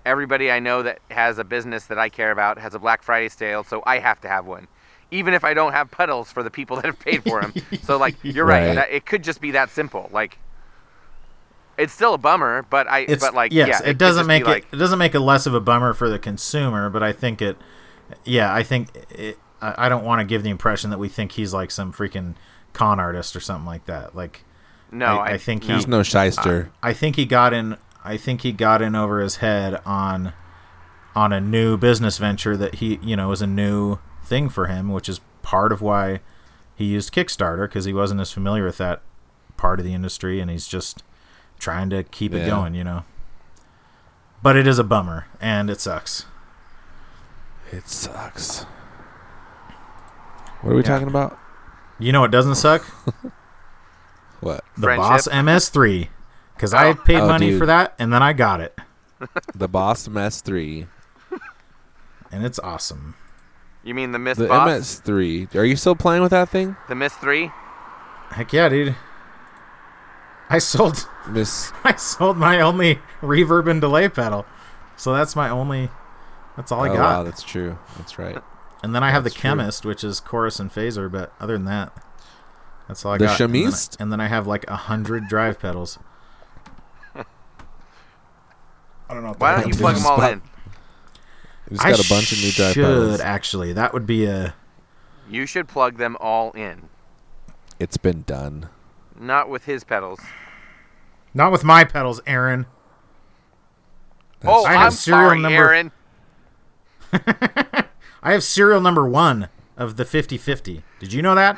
Speaker 2: everybody I know that has a business that I care about has a Black Friday sale, so I have to have one, even if I don't have puddles for the people that have paid for
Speaker 3: [LAUGHS]
Speaker 2: them. so like you're right,
Speaker 1: Right.
Speaker 2: That, it could just be that simple. Like it's still a bummer, but I
Speaker 3: it's
Speaker 2: but like
Speaker 3: yes,
Speaker 2: yeah,
Speaker 3: it,
Speaker 2: could
Speaker 3: doesn't
Speaker 2: just be
Speaker 3: make it
Speaker 2: like,
Speaker 3: it doesn't make it less of a bummer for the consumer, but I think it, yeah, I think it, I I don't want to give the impression that we think he's like some freaking con artist or something like that. Like
Speaker 2: no.
Speaker 3: I- I think
Speaker 2: no.
Speaker 3: he's
Speaker 1: There's no shyster.
Speaker 3: I think he got in, I think he got in over his head on, on a new business venture that he you know is a new thing for him, which is part of why he used Kickstarter because he wasn't as familiar with that part of the industry, and he's just trying to keep it
Speaker 1: Yeah.
Speaker 3: going, you know. But it is a bummer, and it sucks.
Speaker 1: it sucks. What are we
Speaker 3: Yeah.
Speaker 1: talking about?
Speaker 3: You know what doesn't
Speaker 1: [LAUGHS]
Speaker 3: suck?
Speaker 1: What
Speaker 3: The
Speaker 2: Friendship.
Speaker 3: Boss MS3, because I
Speaker 2: Oh.
Speaker 3: paid
Speaker 1: Oh,
Speaker 3: money
Speaker 1: dude.
Speaker 3: for that, and then I got it,
Speaker 1: the boss MS three,
Speaker 3: and it's awesome.
Speaker 2: You mean the Miss
Speaker 1: the
Speaker 2: Boss,
Speaker 1: MS three. Are you still playing with that thing,
Speaker 2: the Miss Three?
Speaker 3: Heck yeah, dude! I sold.
Speaker 1: Miss?
Speaker 3: [LAUGHS] I sold my only reverb and delay pedal. So that's my only that's all I
Speaker 1: oh
Speaker 3: got.
Speaker 1: wow, that's true. That's right.
Speaker 3: and then I have the
Speaker 1: that's true.
Speaker 3: chemist, which is chorus and phaser, but other than that, that's all I
Speaker 1: The
Speaker 3: got. And then I-
Speaker 1: chemist?
Speaker 3: And then I have like a hundred drive pedals. I don't know.
Speaker 2: Why don't you plug them all in?
Speaker 1: We just got a bunch of new drive
Speaker 3: should
Speaker 1: pedals.
Speaker 3: actually. That would be a
Speaker 2: You should plug them all in.
Speaker 1: It's been done.
Speaker 2: Not with his pedals.
Speaker 3: not with my pedals, Aaron.
Speaker 2: oh,
Speaker 3: I
Speaker 2: I'm
Speaker 3: have serial
Speaker 2: sorry,
Speaker 3: number-
Speaker 2: Aaron.
Speaker 3: I have serial number one of the 50-50. Did you know that?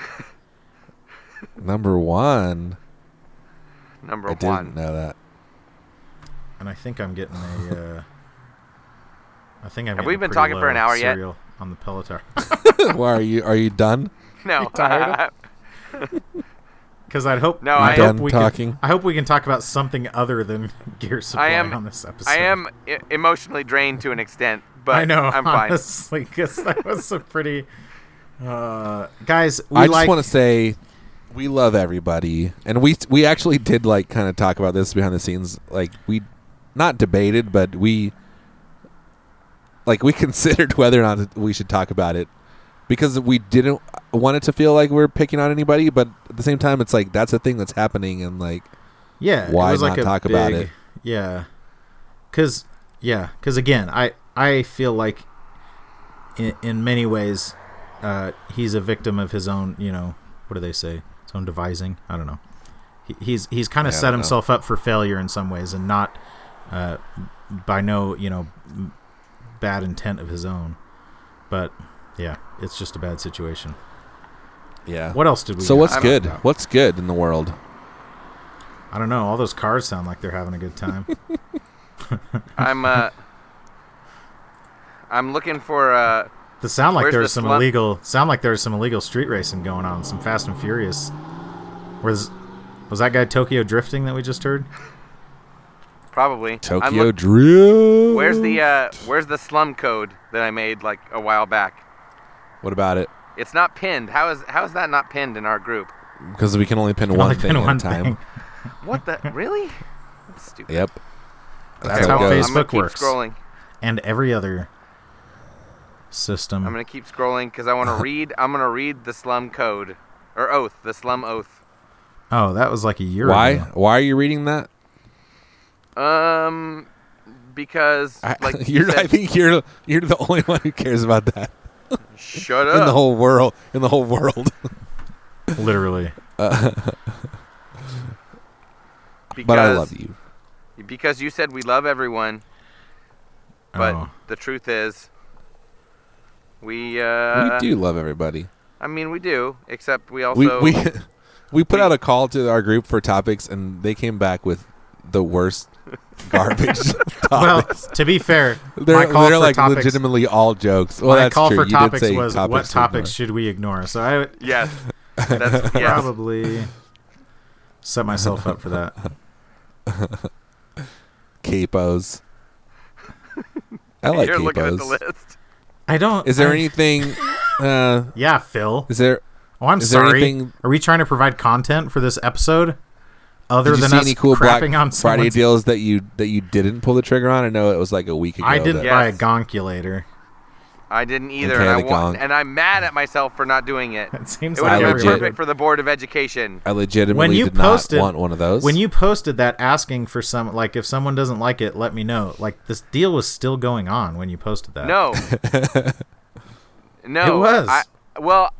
Speaker 1: Number one.
Speaker 2: Number
Speaker 1: I didn't
Speaker 2: one.
Speaker 1: know that. [LAUGHS]
Speaker 3: And I think I'm getting a. Uh, I think I'm.
Speaker 2: Have
Speaker 3: getting
Speaker 2: we
Speaker 3: a
Speaker 2: been
Speaker 3: pretty
Speaker 2: talking for
Speaker 3: low
Speaker 2: an hour yet?
Speaker 3: cereal On the [LAUGHS] Pelotar,
Speaker 1: Why are you? Are you done?
Speaker 2: No.
Speaker 3: because I hope.
Speaker 2: No,
Speaker 3: I
Speaker 2: I-
Speaker 3: hope
Speaker 1: Done
Speaker 3: we can-
Speaker 1: talking.
Speaker 3: I hope we can talk about something other than [LAUGHS] gear supply
Speaker 2: am-
Speaker 3: on this
Speaker 2: [LAUGHS]
Speaker 3: episode.
Speaker 2: I am e- emotionally drained to an extent, but
Speaker 3: I know.
Speaker 2: I'm fine.
Speaker 3: [LAUGHS] honestly, because that was a pretty. Uh, guys, we
Speaker 1: I
Speaker 3: like.
Speaker 1: just want to say we love everybody, and we we actually did like kind of talk about this behind the scenes. Like we not debated, but we like we [LAUGHS] considered whether or not we should talk about it because we didn't want it to feel like we're picking on anybody, but at the same time, it's like that's a thing that's happening, and like
Speaker 3: Yeah.
Speaker 1: Why
Speaker 3: it was like
Speaker 1: not
Speaker 3: a
Speaker 1: talk about
Speaker 3: big-
Speaker 1: it?
Speaker 3: Yeah. Cause yeah, cause again, I I feel like in, in many ways, uh, he's a victim of his own. You know, what do they say? His own devising. I don't know. He, he's he's kind of
Speaker 1: Yeah, I
Speaker 3: set
Speaker 1: don't know.
Speaker 3: himself up for failure in some ways, and not uh, by no you know m- bad intent of his own. But yeah, it's just a bad situation.
Speaker 1: yeah.
Speaker 3: What else did we?
Speaker 1: so what's
Speaker 2: I don't
Speaker 1: good?
Speaker 3: know.
Speaker 1: What's good in the world?
Speaker 3: I don't know. All those cars sound like they're having a good time.
Speaker 2: I'm uh I'm looking for uh
Speaker 3: The sound like
Speaker 2: Where's
Speaker 3: there's
Speaker 2: the
Speaker 3: some
Speaker 2: slum-
Speaker 3: illegal sound like there's some illegal street racing going on, some Fast and Furious. Was was that guy Tokyo drifting that we just heard?
Speaker 2: probably I'm
Speaker 1: Tokyo
Speaker 2: look-
Speaker 1: Drift.
Speaker 2: Where's the uh where's the slum code that I made like a while back?
Speaker 1: What about it?
Speaker 2: It's not pinned. How is how is that not pinned in our group?
Speaker 1: Because we can only pin one
Speaker 3: Only
Speaker 1: thing
Speaker 3: been
Speaker 1: at a time.
Speaker 3: thing.
Speaker 2: What the [LAUGHS] really? That's stupid.
Speaker 1: Yep.
Speaker 3: That's
Speaker 1: how
Speaker 2: well,
Speaker 1: it goes.
Speaker 2: I'm gonna
Speaker 3: Facebook
Speaker 2: keep
Speaker 3: works.
Speaker 2: Scrolling.
Speaker 3: And every other system.
Speaker 2: I'm gonna keep scrolling because I
Speaker 1: [LAUGHS]
Speaker 2: want to read. I'm gonna read the slum code or oath, the slum oath.
Speaker 3: oh, that was like a year
Speaker 1: Why?
Speaker 3: ago.
Speaker 1: Why are you reading that?
Speaker 2: Um, because
Speaker 1: I, [LAUGHS]
Speaker 2: like you
Speaker 1: you're, I
Speaker 2: said,
Speaker 1: think you're you're the only [LAUGHS] one who cares about that
Speaker 2: [LAUGHS] shut
Speaker 1: in
Speaker 2: up.
Speaker 1: the whole world. In the whole world. [LAUGHS]
Speaker 3: Literally.
Speaker 2: because,
Speaker 1: but I love you.
Speaker 2: Because you said we love everyone, [LAUGHS] but
Speaker 3: oh.
Speaker 2: the truth is, we uh,
Speaker 1: we do love everybody.
Speaker 2: I mean, we do. Except we
Speaker 1: We
Speaker 2: also
Speaker 1: we [LAUGHS] we put
Speaker 2: we-
Speaker 1: out a call to our group for topics, and they came back with the
Speaker 2: [LAUGHS]
Speaker 1: worst garbage
Speaker 3: Well,
Speaker 1: topics.
Speaker 3: to be fair,
Speaker 1: Oh. [LAUGHS] They're,
Speaker 3: my call
Speaker 1: they're
Speaker 3: for
Speaker 1: like
Speaker 3: topics,
Speaker 1: legitimately all jokes. Well,
Speaker 3: my
Speaker 1: that's
Speaker 3: call
Speaker 1: true.
Speaker 3: for
Speaker 1: You did
Speaker 3: topics
Speaker 1: say
Speaker 3: was what
Speaker 1: to
Speaker 3: topics
Speaker 1: ignore.
Speaker 3: should we ignore? So I would
Speaker 2: [LAUGHS]
Speaker 1: [LAUGHS]
Speaker 2: yes. That's yes. [LAUGHS]
Speaker 3: probably set myself up for
Speaker 1: [LAUGHS]
Speaker 3: that.
Speaker 1: capos.
Speaker 2: [LAUGHS]
Speaker 1: I like
Speaker 2: You're looking at the
Speaker 1: capos.
Speaker 2: list.
Speaker 3: I don't.
Speaker 1: Is there
Speaker 3: I-
Speaker 1: anything?
Speaker 2: [LAUGHS]
Speaker 1: Uh,
Speaker 3: Yeah, Phil.
Speaker 1: is there?
Speaker 3: Oh, I'm
Speaker 1: Is there
Speaker 3: sorry.
Speaker 1: anything-
Speaker 3: Are we trying to provide content for this episode? Other
Speaker 1: Did you
Speaker 3: than
Speaker 1: see
Speaker 3: us
Speaker 1: any cool Black
Speaker 3: crapping on
Speaker 1: Friday
Speaker 3: someone's-
Speaker 1: deals that you that you didn't pull the trigger on? I know it was like a week ago.
Speaker 3: I didn't
Speaker 1: that-
Speaker 2: Yeah.
Speaker 3: buy a
Speaker 2: Yes.
Speaker 3: gonculator.
Speaker 2: I didn't either,
Speaker 1: Okay,
Speaker 2: and I
Speaker 1: the gong.
Speaker 2: want, and I'm mad at myself for not
Speaker 1: [LAUGHS]
Speaker 2: doing it.
Speaker 3: [LAUGHS] It seems
Speaker 2: It would
Speaker 1: I
Speaker 2: have
Speaker 3: like
Speaker 2: been
Speaker 1: legit-
Speaker 3: everyone-
Speaker 2: perfect for the Board of Education.
Speaker 1: I legitimately
Speaker 3: When you
Speaker 1: did
Speaker 3: posted-
Speaker 1: not want one of those.
Speaker 3: when you posted that asking for some like if someone doesn't like it, let me know. Like this deal was still going on when you posted that.
Speaker 2: No. no.
Speaker 3: [LAUGHS] It was.
Speaker 2: I, well,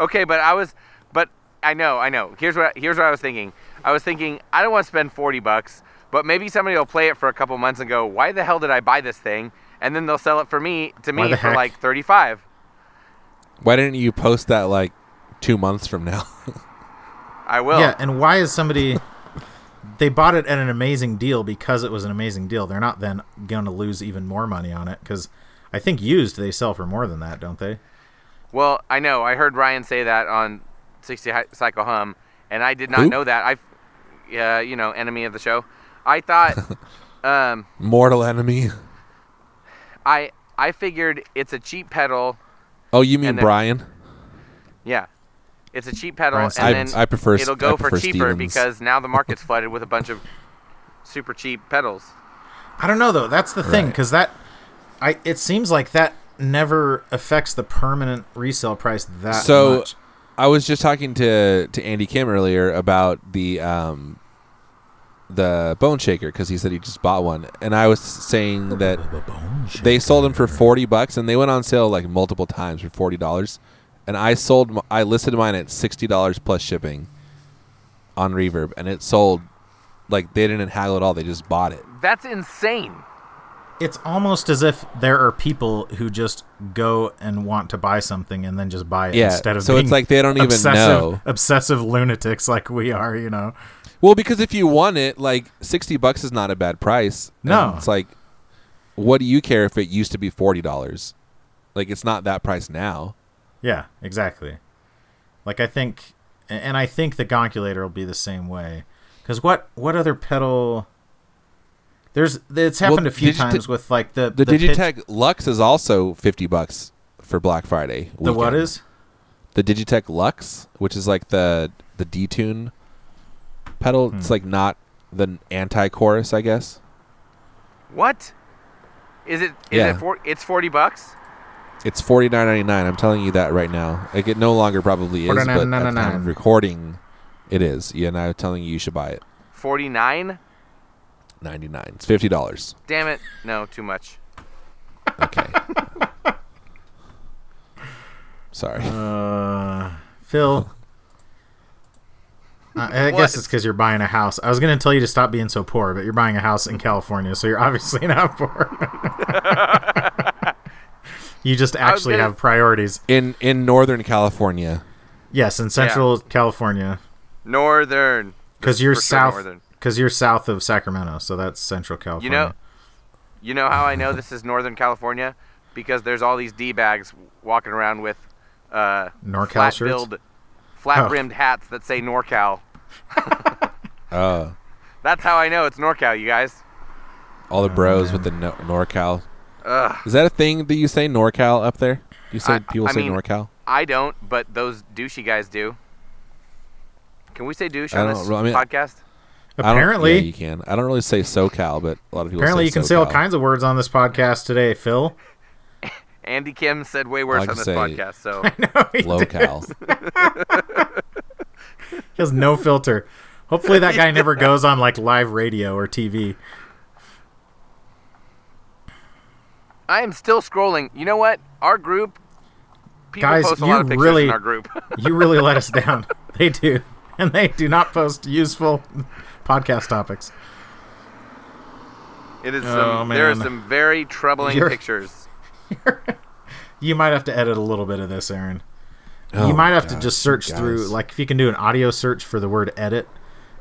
Speaker 2: okay, but I was, but I know, I know. Here's what here's what I was thinking. I was thinking I don't want to spend forty bucks, but maybe somebody will play it for a couple months and go, "Why the hell did I buy this thing?" And then they'll sell it for me to
Speaker 3: Why
Speaker 2: me
Speaker 3: the
Speaker 2: for
Speaker 3: heck?
Speaker 2: like thirty-five.
Speaker 1: Why didn't you post that like two months from now? [LAUGHS]
Speaker 2: I will.
Speaker 3: Yeah, and why is somebody they bought it at an amazing deal because it was an amazing deal. They're not then going to lose even more money on it cuz I think used they sell for more than that, don't they?
Speaker 2: Well, I know. I heard Ryan say that on 60 Hi- Cycle Hum, and I did not
Speaker 1: Who?
Speaker 2: know that. I, uh, you know, enemy of the show. I
Speaker 3: [LAUGHS]
Speaker 2: thought, um,
Speaker 1: Mortal enemy.
Speaker 2: I I figured it's a cheap pedal.
Speaker 1: Oh, you mean
Speaker 2: And then-
Speaker 1: Brian?
Speaker 2: Yeah, it's a cheap pedal,
Speaker 3: Ryan
Speaker 2: and
Speaker 1: I,
Speaker 2: then
Speaker 1: I prefer.
Speaker 2: it'll go
Speaker 1: I
Speaker 2: for
Speaker 1: prefer
Speaker 2: cheaper
Speaker 1: Stevens.
Speaker 2: because now
Speaker 1: [LAUGHS]
Speaker 2: the market's flooded with a bunch of super cheap pedals.
Speaker 3: I don't know though. That's the thing
Speaker 1: Right.
Speaker 3: because that, I it seems like that never affects the permanent resale price that
Speaker 1: So-
Speaker 3: much.
Speaker 1: I was just talking to to Andy Kim earlier about the um the bone shaker because he said he just bought one, and I was saying that they sold them for forty bucks, and they went on sale like multiple times for forty dollars, and I sold m- I listed mine at sixty dollars plus shipping on Reverb, and it sold like they didn't haggle at all; they just bought it.
Speaker 2: That's insane.
Speaker 3: It's almost as if there are people who just go and want to buy something and then just buy it
Speaker 1: Yeah,
Speaker 3: instead of
Speaker 1: so it's
Speaker 3: being
Speaker 1: like they don't even
Speaker 3: obsessive,
Speaker 1: know.
Speaker 3: obsessive lunatics like we are. You know,
Speaker 1: Well, because if you want it, like sixty bucks is not a bad price. And
Speaker 3: No.
Speaker 1: it's like, what do you care if it used to be forty dollars? Like it's not that price now.
Speaker 3: yeah, exactly. Like I think, and I think the gonculator will be the same way. Because what what other pedal? There's it's happened a few
Speaker 1: Digitech-
Speaker 3: times with like the
Speaker 1: The,
Speaker 3: pitch-
Speaker 1: Digitech Lux is also fifty bucks for Black Friday.
Speaker 3: the what
Speaker 1: weekend.
Speaker 3: is
Speaker 1: the Digitech Lux, which is like the the detune pedal. It's like not the anti chorus, I guess.
Speaker 2: What? Is it? Is
Speaker 1: Yeah.
Speaker 2: it for? It's forty bucks.
Speaker 1: It's forty nine ninety nine. I'm telling you that right now. Like it no longer probably is, but at the time
Speaker 3: $49.99.
Speaker 1: of recording, it is. Yeah, and I'm telling you, you should buy it.
Speaker 2: Forty-nine.
Speaker 1: 99 it's $50
Speaker 2: Damn it! No, too much.
Speaker 1: okay [LAUGHS] sorry
Speaker 3: Uh, Phil. I I
Speaker 2: What?
Speaker 3: guess it's because you're buying a house. I was going to tell you to stop being so poor, but you're buying a house in California, so you're [LAUGHS] obviously not
Speaker 2: [LAUGHS]
Speaker 3: poor. you just
Speaker 2: was
Speaker 3: actually
Speaker 2: gonna-
Speaker 3: have priorities.
Speaker 1: in in northern california
Speaker 3: Yes, in Central California,
Speaker 2: Northern.
Speaker 3: because you're
Speaker 2: For sure
Speaker 3: south,
Speaker 2: northern.
Speaker 3: because you're south of Sacramento, so that's Central California.
Speaker 2: You know, you know how I know this is Northern California because there's all these d bags walking around with uh,
Speaker 3: NorCal
Speaker 2: flat
Speaker 3: shirts?
Speaker 2: billed, flat brimmed
Speaker 1: Oh.
Speaker 2: hats that
Speaker 1: [LAUGHS]
Speaker 2: say NorCal.
Speaker 1: uh
Speaker 2: That's how I know it's NorCal, you guys.
Speaker 1: all
Speaker 3: Oh,
Speaker 1: the bros with the no- norcal
Speaker 2: Ugh,
Speaker 1: is that a thing that you say norcal up there Do you say
Speaker 2: I-
Speaker 1: people
Speaker 2: I
Speaker 1: say
Speaker 2: mean,
Speaker 1: norcal
Speaker 2: I don't, but those douchey guys do. Can we say douche
Speaker 1: I
Speaker 2: on
Speaker 1: don't
Speaker 2: this
Speaker 1: know, I mean-
Speaker 2: podcast?
Speaker 1: I don't-
Speaker 3: apparently,
Speaker 1: yeah, you can i don't really say socal but a lot of people
Speaker 3: apparently
Speaker 1: say
Speaker 3: you can say all
Speaker 1: SoCal.
Speaker 3: kinds of words on this podcast today, Phil.
Speaker 2: Andy Kim said way worse
Speaker 1: like
Speaker 2: on
Speaker 1: to
Speaker 2: this
Speaker 1: say-
Speaker 2: podcast.
Speaker 1: [LAUGHS]
Speaker 2: So
Speaker 3: No, [LAUGHS] he
Speaker 1: Low
Speaker 3: [LAUGHS]
Speaker 1: cal.
Speaker 3: He has no filter. Hopefully that guy never goes on like live radio or TV.
Speaker 2: I am still scrolling. You know what? Our group. People
Speaker 3: Guys,
Speaker 2: post a
Speaker 3: you
Speaker 2: lot of pictures
Speaker 3: really-
Speaker 2: in our group.
Speaker 3: You really let us down. [LAUGHS] They do. And they do not post useful podcast topics.
Speaker 2: it is
Speaker 3: Oh,
Speaker 2: some, there are
Speaker 3: man.
Speaker 2: some very troubling
Speaker 3: You're- [LAUGHS]
Speaker 2: pictures. [LAUGHS]
Speaker 3: You might have to edit a little bit of this, Aaron.
Speaker 1: Oh
Speaker 3: you
Speaker 1: my
Speaker 3: might have to
Speaker 1: gosh,
Speaker 3: just search
Speaker 1: you
Speaker 3: through,
Speaker 1: guys.
Speaker 3: like, if you can do an audio search for the word edit,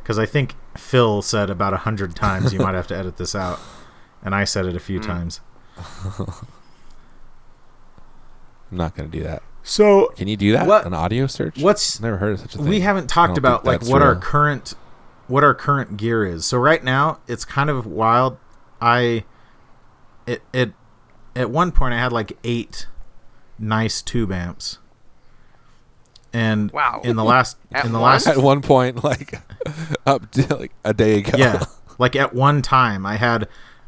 Speaker 3: because I think Phil said about a hundred times you might have to edit this out, and I said it a
Speaker 1: Hmm.
Speaker 3: few times.
Speaker 1: I'm not gonna do that.
Speaker 3: So
Speaker 1: Can you do that?
Speaker 3: What-
Speaker 1: An audio search?
Speaker 3: what's
Speaker 1: never heard of such a thing.
Speaker 3: we
Speaker 1: I
Speaker 3: haven't
Speaker 1: don't
Speaker 3: talked
Speaker 1: think
Speaker 3: about like
Speaker 1: that's
Speaker 3: what our
Speaker 1: real. [LAUGHS]
Speaker 3: current what our current gear is. So right now it's kind of wild. I it it at one point I had like eight nice tube amps. And
Speaker 2: Wow.
Speaker 3: in the last
Speaker 2: [LAUGHS] At
Speaker 3: in the
Speaker 2: once?
Speaker 1: at
Speaker 3: last
Speaker 1: one point, like [LAUGHS] up to, like a day ago.
Speaker 3: yeah, [LAUGHS] like at one time I had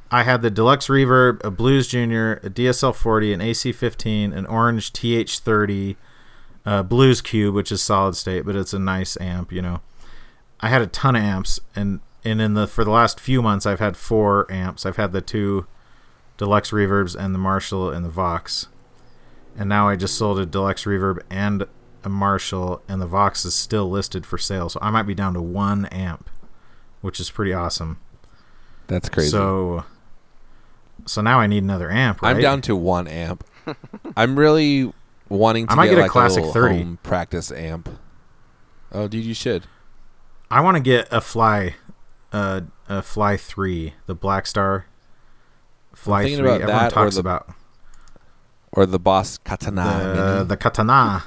Speaker 3: I had the deluxe reverb, a Blues Junior, a DSL 40, an AC 15, an Orange TH 30, uh, Blues Cube, which is solid state, but it's a nice amp, you know. I had a ton of amps, and and in the for the last few months, I've had four amps. I've had the two deluxe reverbs and the Marshall and the Vox, and now I just sold a deluxe reverb and a Marshall, and the Vox is still listed for sale, so I might be down to one amp, which is pretty awesome.
Speaker 1: that's crazy.
Speaker 3: So, so now I need another amp. Right?
Speaker 1: I'm down to one amp. I'm really wanting to
Speaker 3: I might get a
Speaker 1: like
Speaker 3: classic
Speaker 1: little
Speaker 3: 30.
Speaker 1: home practice amp. Oh, dude, you should.
Speaker 3: I want to get a fly, uh, a fly three, the Black Star. Fly
Speaker 1: thinking
Speaker 3: three.
Speaker 1: about
Speaker 3: Everyone
Speaker 1: that or
Speaker 3: talks
Speaker 1: the-
Speaker 3: about
Speaker 1: Or the Boss Katana
Speaker 3: the,
Speaker 1: Mini.
Speaker 3: the katana.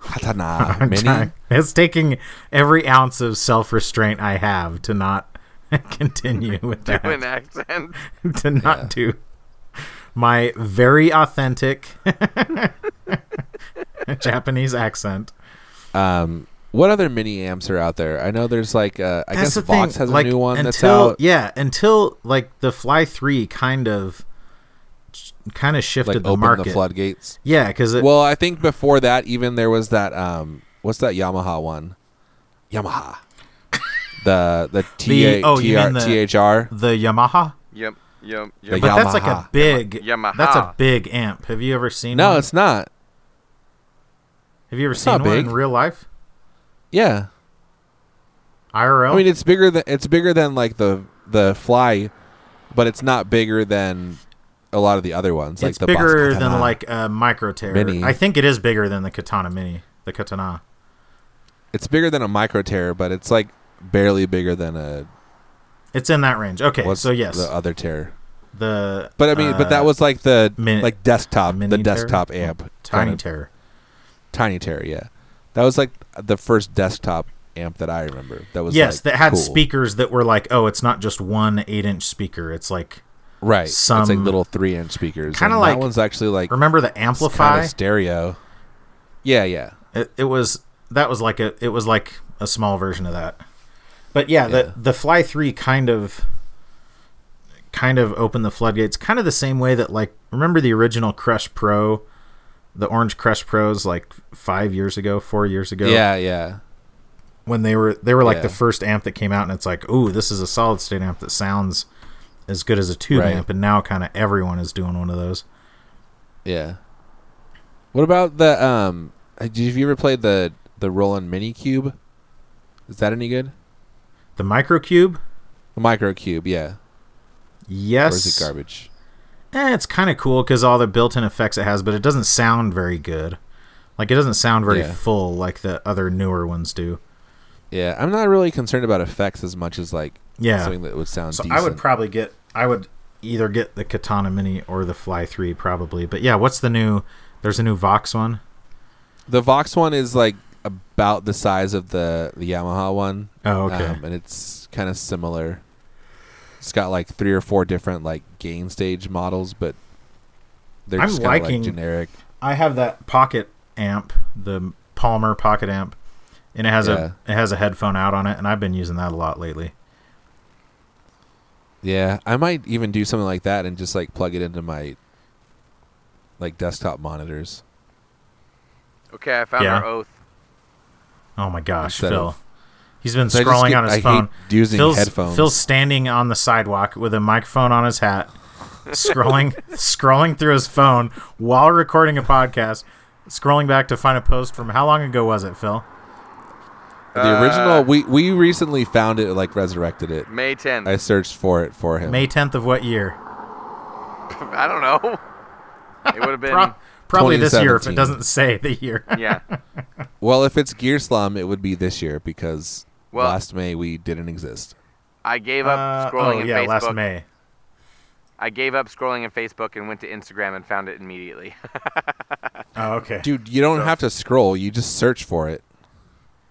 Speaker 1: Katana
Speaker 3: [LAUGHS] I'm
Speaker 1: [LAUGHS] Mini.
Speaker 3: trying- It's taking every ounce of self restraint I have to not [LAUGHS]
Speaker 1: [LAUGHS]
Speaker 3: continue with that.
Speaker 2: An accent.
Speaker 3: [LAUGHS] to not
Speaker 1: Yeah.
Speaker 3: do my
Speaker 1: [LAUGHS]
Speaker 3: very authentic [LAUGHS] Japanese accent.
Speaker 1: Um, what other mini amps are out there? I know there's like uh, I guess
Speaker 3: That's the
Speaker 1: Vox
Speaker 3: thing,
Speaker 1: has
Speaker 3: like,
Speaker 1: a new one
Speaker 3: until,
Speaker 1: that's out.
Speaker 3: Yeah, until like the Fly Three kind of kind of shifted
Speaker 1: Like
Speaker 3: the
Speaker 1: open
Speaker 3: market.
Speaker 1: the floodgates.
Speaker 3: Yeah, because it
Speaker 1: Well, I think before that, even there was that um, what's that Yamaha one?
Speaker 3: [LAUGHS]
Speaker 1: Yamaha. the the T A
Speaker 3: oh,
Speaker 1: T
Speaker 3: you mean
Speaker 1: R
Speaker 3: the-
Speaker 1: T H R.
Speaker 3: the Yamaha,
Speaker 2: Yep. Yep.
Speaker 1: The
Speaker 2: Yep.
Speaker 3: but that's like a
Speaker 1: Yamaha.
Speaker 3: big
Speaker 2: Yamaha.
Speaker 3: That's a big amp. Have you ever seen?
Speaker 1: No,
Speaker 3: one?
Speaker 1: it's not.
Speaker 3: have you ever
Speaker 1: it's
Speaker 3: seen
Speaker 1: not
Speaker 3: one in
Speaker 1: big.
Speaker 3: real life?
Speaker 1: Yeah.
Speaker 3: IRL.
Speaker 1: I mean, it's bigger than it's bigger than like the the fly, but it's not bigger than a lot of the other ones. Like
Speaker 3: it's
Speaker 1: the Boss
Speaker 3: bigger
Speaker 1: Katana.
Speaker 3: than like a micro terror.
Speaker 1: Mini.
Speaker 3: I think it is bigger than the Katana Mini, the Katana.
Speaker 1: it's bigger than a micro terror, but it's like barely bigger than a
Speaker 3: It's in that range. Okay,
Speaker 1: what's
Speaker 3: Eh, so yes,
Speaker 1: the
Speaker 3: the,
Speaker 1: other terror. But I mean, but
Speaker 3: uh,
Speaker 1: that was like the
Speaker 3: mini-
Speaker 1: like desktop,
Speaker 3: mini
Speaker 1: the
Speaker 3: terror?
Speaker 1: desktop amp,
Speaker 3: tiny
Speaker 1: kind of-
Speaker 3: terror.
Speaker 1: tiny terror. Yeah, that was like the first desktop amp that I remember. That was
Speaker 3: Yes,
Speaker 1: like,
Speaker 3: that had
Speaker 1: cool.
Speaker 3: speakers that were like, oh, it's not just one eight-inch speaker. It's like
Speaker 1: right. it's like
Speaker 3: some-
Speaker 1: little three inch speakers.
Speaker 3: Kinda
Speaker 1: and
Speaker 3: like-
Speaker 1: that one's actually like
Speaker 3: remember the
Speaker 1: kind
Speaker 3: Amplify?
Speaker 1: of stereo. Yeah, yeah.
Speaker 3: It, it was that was like a it was like a small version of that. But yeah,
Speaker 1: Yeah.
Speaker 3: the the Fly Three kind of kind of opened the floodgates, kind of the same way that like remember the original Crush Pro, the orange Crush Pros, like five years ago, four years ago.
Speaker 1: Yeah, yeah.
Speaker 3: when they were they were like
Speaker 1: Yeah.
Speaker 3: the first amp that came out and it's like ooh this is a solid state amp that sounds as good as a tube
Speaker 1: Right.
Speaker 3: amp and now kind of everyone is doing one of those
Speaker 1: Yeah. What about the um? Have you ever played the the Roland Mini Cube? Is that any good?
Speaker 3: the microcube
Speaker 1: The Micro Cube, yeah.
Speaker 3: yes
Speaker 1: Or is it garbage?
Speaker 3: Eh, it's kind of cool because all the built-in effects it has but it doesn't sound very good like it doesn't sound very
Speaker 1: Yeah.
Speaker 3: full like the other newer ones do
Speaker 1: Yeah, I'm not really concerned about effects as much as like
Speaker 3: Yeah.
Speaker 1: something that would sound.
Speaker 3: so
Speaker 1: decent.
Speaker 3: i would probably get i would either get the katana mini or the fly 3 probably but yeah what's the new there's a new vox one
Speaker 1: The Vox one is like about the size of the the Yamaha one. Um,
Speaker 3: oh okay
Speaker 1: and it's kind of similar. It's got like three or four different like gain stage models, but they're
Speaker 3: I'm
Speaker 1: just kind of like
Speaker 3: liking-
Speaker 1: generic.
Speaker 3: I have that pocket amp, the Palmer pocket amp, and it has a it has a headphone out on it, and I've been using that a lot lately.
Speaker 1: Yeah, I might even do something like that and just like plug it into my like desktop monitors.
Speaker 2: Okay, I found
Speaker 3: Yeah.
Speaker 2: our oath.
Speaker 3: Oh my gosh,
Speaker 1: Instead
Speaker 3: Phil.
Speaker 1: of-
Speaker 3: He's been
Speaker 1: So I just
Speaker 3: scrolling
Speaker 1: get-
Speaker 3: on his
Speaker 1: I hate
Speaker 3: phone.
Speaker 1: using
Speaker 3: Phil's,
Speaker 1: headphones.
Speaker 3: Phil's standing on the sidewalk with a microphone on his hat, scrolling
Speaker 1: [LAUGHS]
Speaker 3: scrolling through his phone while recording a podcast, scrolling back to find a post from how long ago was it, Phil?
Speaker 2: Uh,
Speaker 1: The original we we recently found it like resurrected it.
Speaker 2: May 10th.
Speaker 1: I searched for it for him.
Speaker 3: May 10th of what year?
Speaker 2: [LAUGHS] I don't know. It would have been.
Speaker 3: Pro- probably this year if it
Speaker 1: 2017.
Speaker 3: doesn't say the year.
Speaker 2: yeah.
Speaker 1: Well, if it's Gear Slum, it would be this year because
Speaker 2: Well-
Speaker 1: last May we didn't exist.
Speaker 2: I gave
Speaker 3: Uh,
Speaker 2: up scrolling
Speaker 3: oh
Speaker 2: in
Speaker 3: yeah,
Speaker 2: Facebook.
Speaker 3: last May.
Speaker 2: I gave up scrolling in Facebook and went to Instagram and found it immediately. [LAUGHS]
Speaker 3: Oh okay.
Speaker 1: Dude, you don't have to scroll. You just search for it.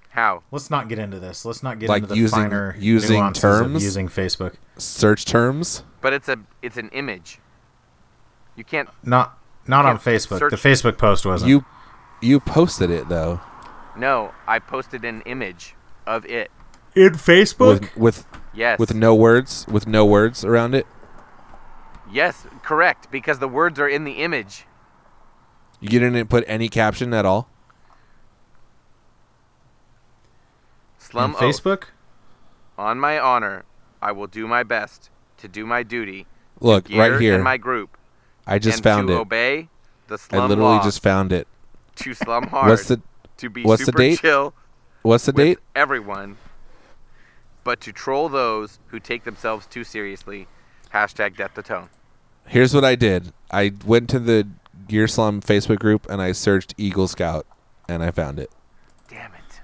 Speaker 2: How?
Speaker 3: Let's not get into this. Let's not get
Speaker 1: Like
Speaker 3: into the
Speaker 1: using-
Speaker 3: finer
Speaker 1: using
Speaker 3: nuances of
Speaker 1: terms?
Speaker 3: using Facebook.
Speaker 1: Search terms.
Speaker 2: But it's a it's an image. You can't.
Speaker 3: Not not on
Speaker 2: Can't
Speaker 3: Facebook.
Speaker 2: search-
Speaker 3: The Facebook post wasn't.
Speaker 1: You you posted it though
Speaker 2: No, I posted an image of it.
Speaker 3: in Facebook?
Speaker 1: with with
Speaker 2: Yes.
Speaker 1: with no words with no words around it.
Speaker 2: yes, correct. Because the words are in the image.
Speaker 1: You didn't put any caption at all.
Speaker 2: Slum
Speaker 3: on
Speaker 2: oath.
Speaker 3: Facebook?
Speaker 2: On my honor, I will do my best to do my duty.
Speaker 1: Look
Speaker 2: Gear
Speaker 1: right here.
Speaker 2: In my group.
Speaker 1: I just
Speaker 2: and
Speaker 1: found
Speaker 2: to
Speaker 1: it.
Speaker 2: Obey the slum
Speaker 1: I literally
Speaker 2: law,
Speaker 1: just found it. [LAUGHS]
Speaker 2: to slum hard.
Speaker 1: What's the
Speaker 2: to be
Speaker 1: what's the
Speaker 2: super
Speaker 1: date?
Speaker 2: chill
Speaker 1: what's the
Speaker 2: with
Speaker 1: date?
Speaker 2: everyone, but to troll those who take themselves too seriously. Hashtag death the tone.
Speaker 1: Here's what I did. I went to the Gear Slum Facebook group and I searched Eagle Scout and I found it
Speaker 2: Damn it.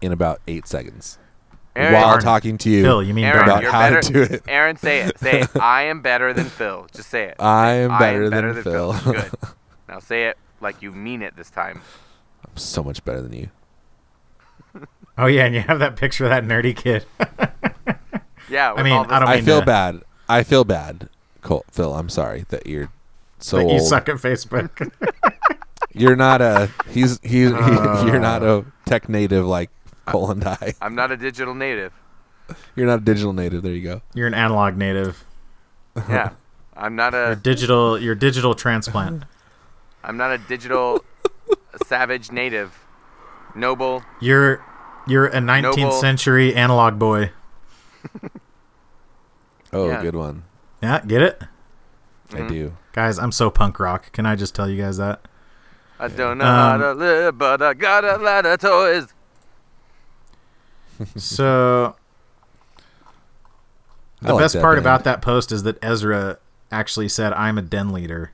Speaker 1: in about eight seconds
Speaker 2: Aaron,
Speaker 1: while
Speaker 3: Darn.
Speaker 1: talking to you
Speaker 3: Phil, you mean
Speaker 2: Aaron,
Speaker 1: about
Speaker 2: you're
Speaker 1: how
Speaker 2: better.
Speaker 1: to do [LAUGHS] it.
Speaker 2: Aaron, say it. Say
Speaker 1: [LAUGHS]
Speaker 2: it. I am better than Phil. Just say it.
Speaker 1: I am
Speaker 2: I
Speaker 1: better, than, Phil.
Speaker 2: Good. Now say it like you mean it this time.
Speaker 1: I'm [LAUGHS] so much better than you.
Speaker 3: Oh yeah, and you have that picture of that nerdy kid. [LAUGHS]
Speaker 2: Yeah. With
Speaker 3: mean,
Speaker 2: all this,
Speaker 3: I don't-
Speaker 1: I,
Speaker 3: mean uh,
Speaker 1: feel
Speaker 3: to-
Speaker 1: bad. I feel bad, Col- Phil. I'm sorry that you're so
Speaker 3: that you
Speaker 1: old.
Speaker 3: suck at Facebook. [LAUGHS]
Speaker 1: You're not a. He's he's. you're not a tech native like Cole and I. [LAUGHS]
Speaker 2: I'm not a digital
Speaker 3: [LAUGHS]
Speaker 2: native.
Speaker 1: You're not a digital native. There you go.
Speaker 3: you're an analog native.
Speaker 2: Yeah. I'm not
Speaker 3: You're
Speaker 2: a.
Speaker 3: digital. You're a digital transplant.
Speaker 2: I'm not a
Speaker 3: [LAUGHS]
Speaker 2: digital savage native. Noble.
Speaker 3: You're you're a 19th
Speaker 2: Noble.
Speaker 3: century analog boy.
Speaker 1: Oh,
Speaker 2: Yeah.
Speaker 1: good one.
Speaker 3: Yeah, get it,
Speaker 1: I do.
Speaker 3: guys. I'm so punk rock. Can I just tell you
Speaker 1: [LAUGHS]
Speaker 3: guys that?
Speaker 2: I don't know how
Speaker 3: Um,
Speaker 2: to live, but I got a lot of toys.
Speaker 3: So
Speaker 1: I
Speaker 3: the
Speaker 1: like
Speaker 3: best
Speaker 1: that
Speaker 3: part
Speaker 1: band.
Speaker 3: about that post is that Ezra actually said, "I'm a den leader."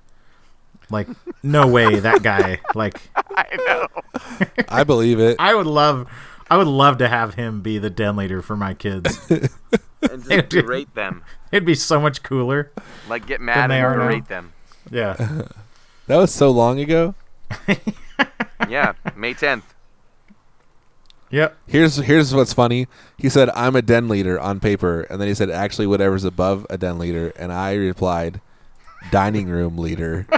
Speaker 3: Like, no way, that guy. Like, [LAUGHS]
Speaker 2: I know.
Speaker 1: I believe it.
Speaker 3: I would love, I would love to have him be the den leader for my kids.
Speaker 1: [LAUGHS]
Speaker 2: And
Speaker 3: [LAUGHS]
Speaker 2: just berate them.
Speaker 3: It'd be so much cooler.
Speaker 2: Like get mad
Speaker 3: they are
Speaker 2: and
Speaker 3: now.
Speaker 2: berate them.
Speaker 3: Yeah.
Speaker 1: That was so long ago.
Speaker 2: Yeah. May 10th.
Speaker 3: yep.
Speaker 1: Here's here's what's funny. He said, "I'm a den leader" on paper, and then he said, "Actually, whatever's above a den leader," and I replied, "Dining room leader." [LAUGHS]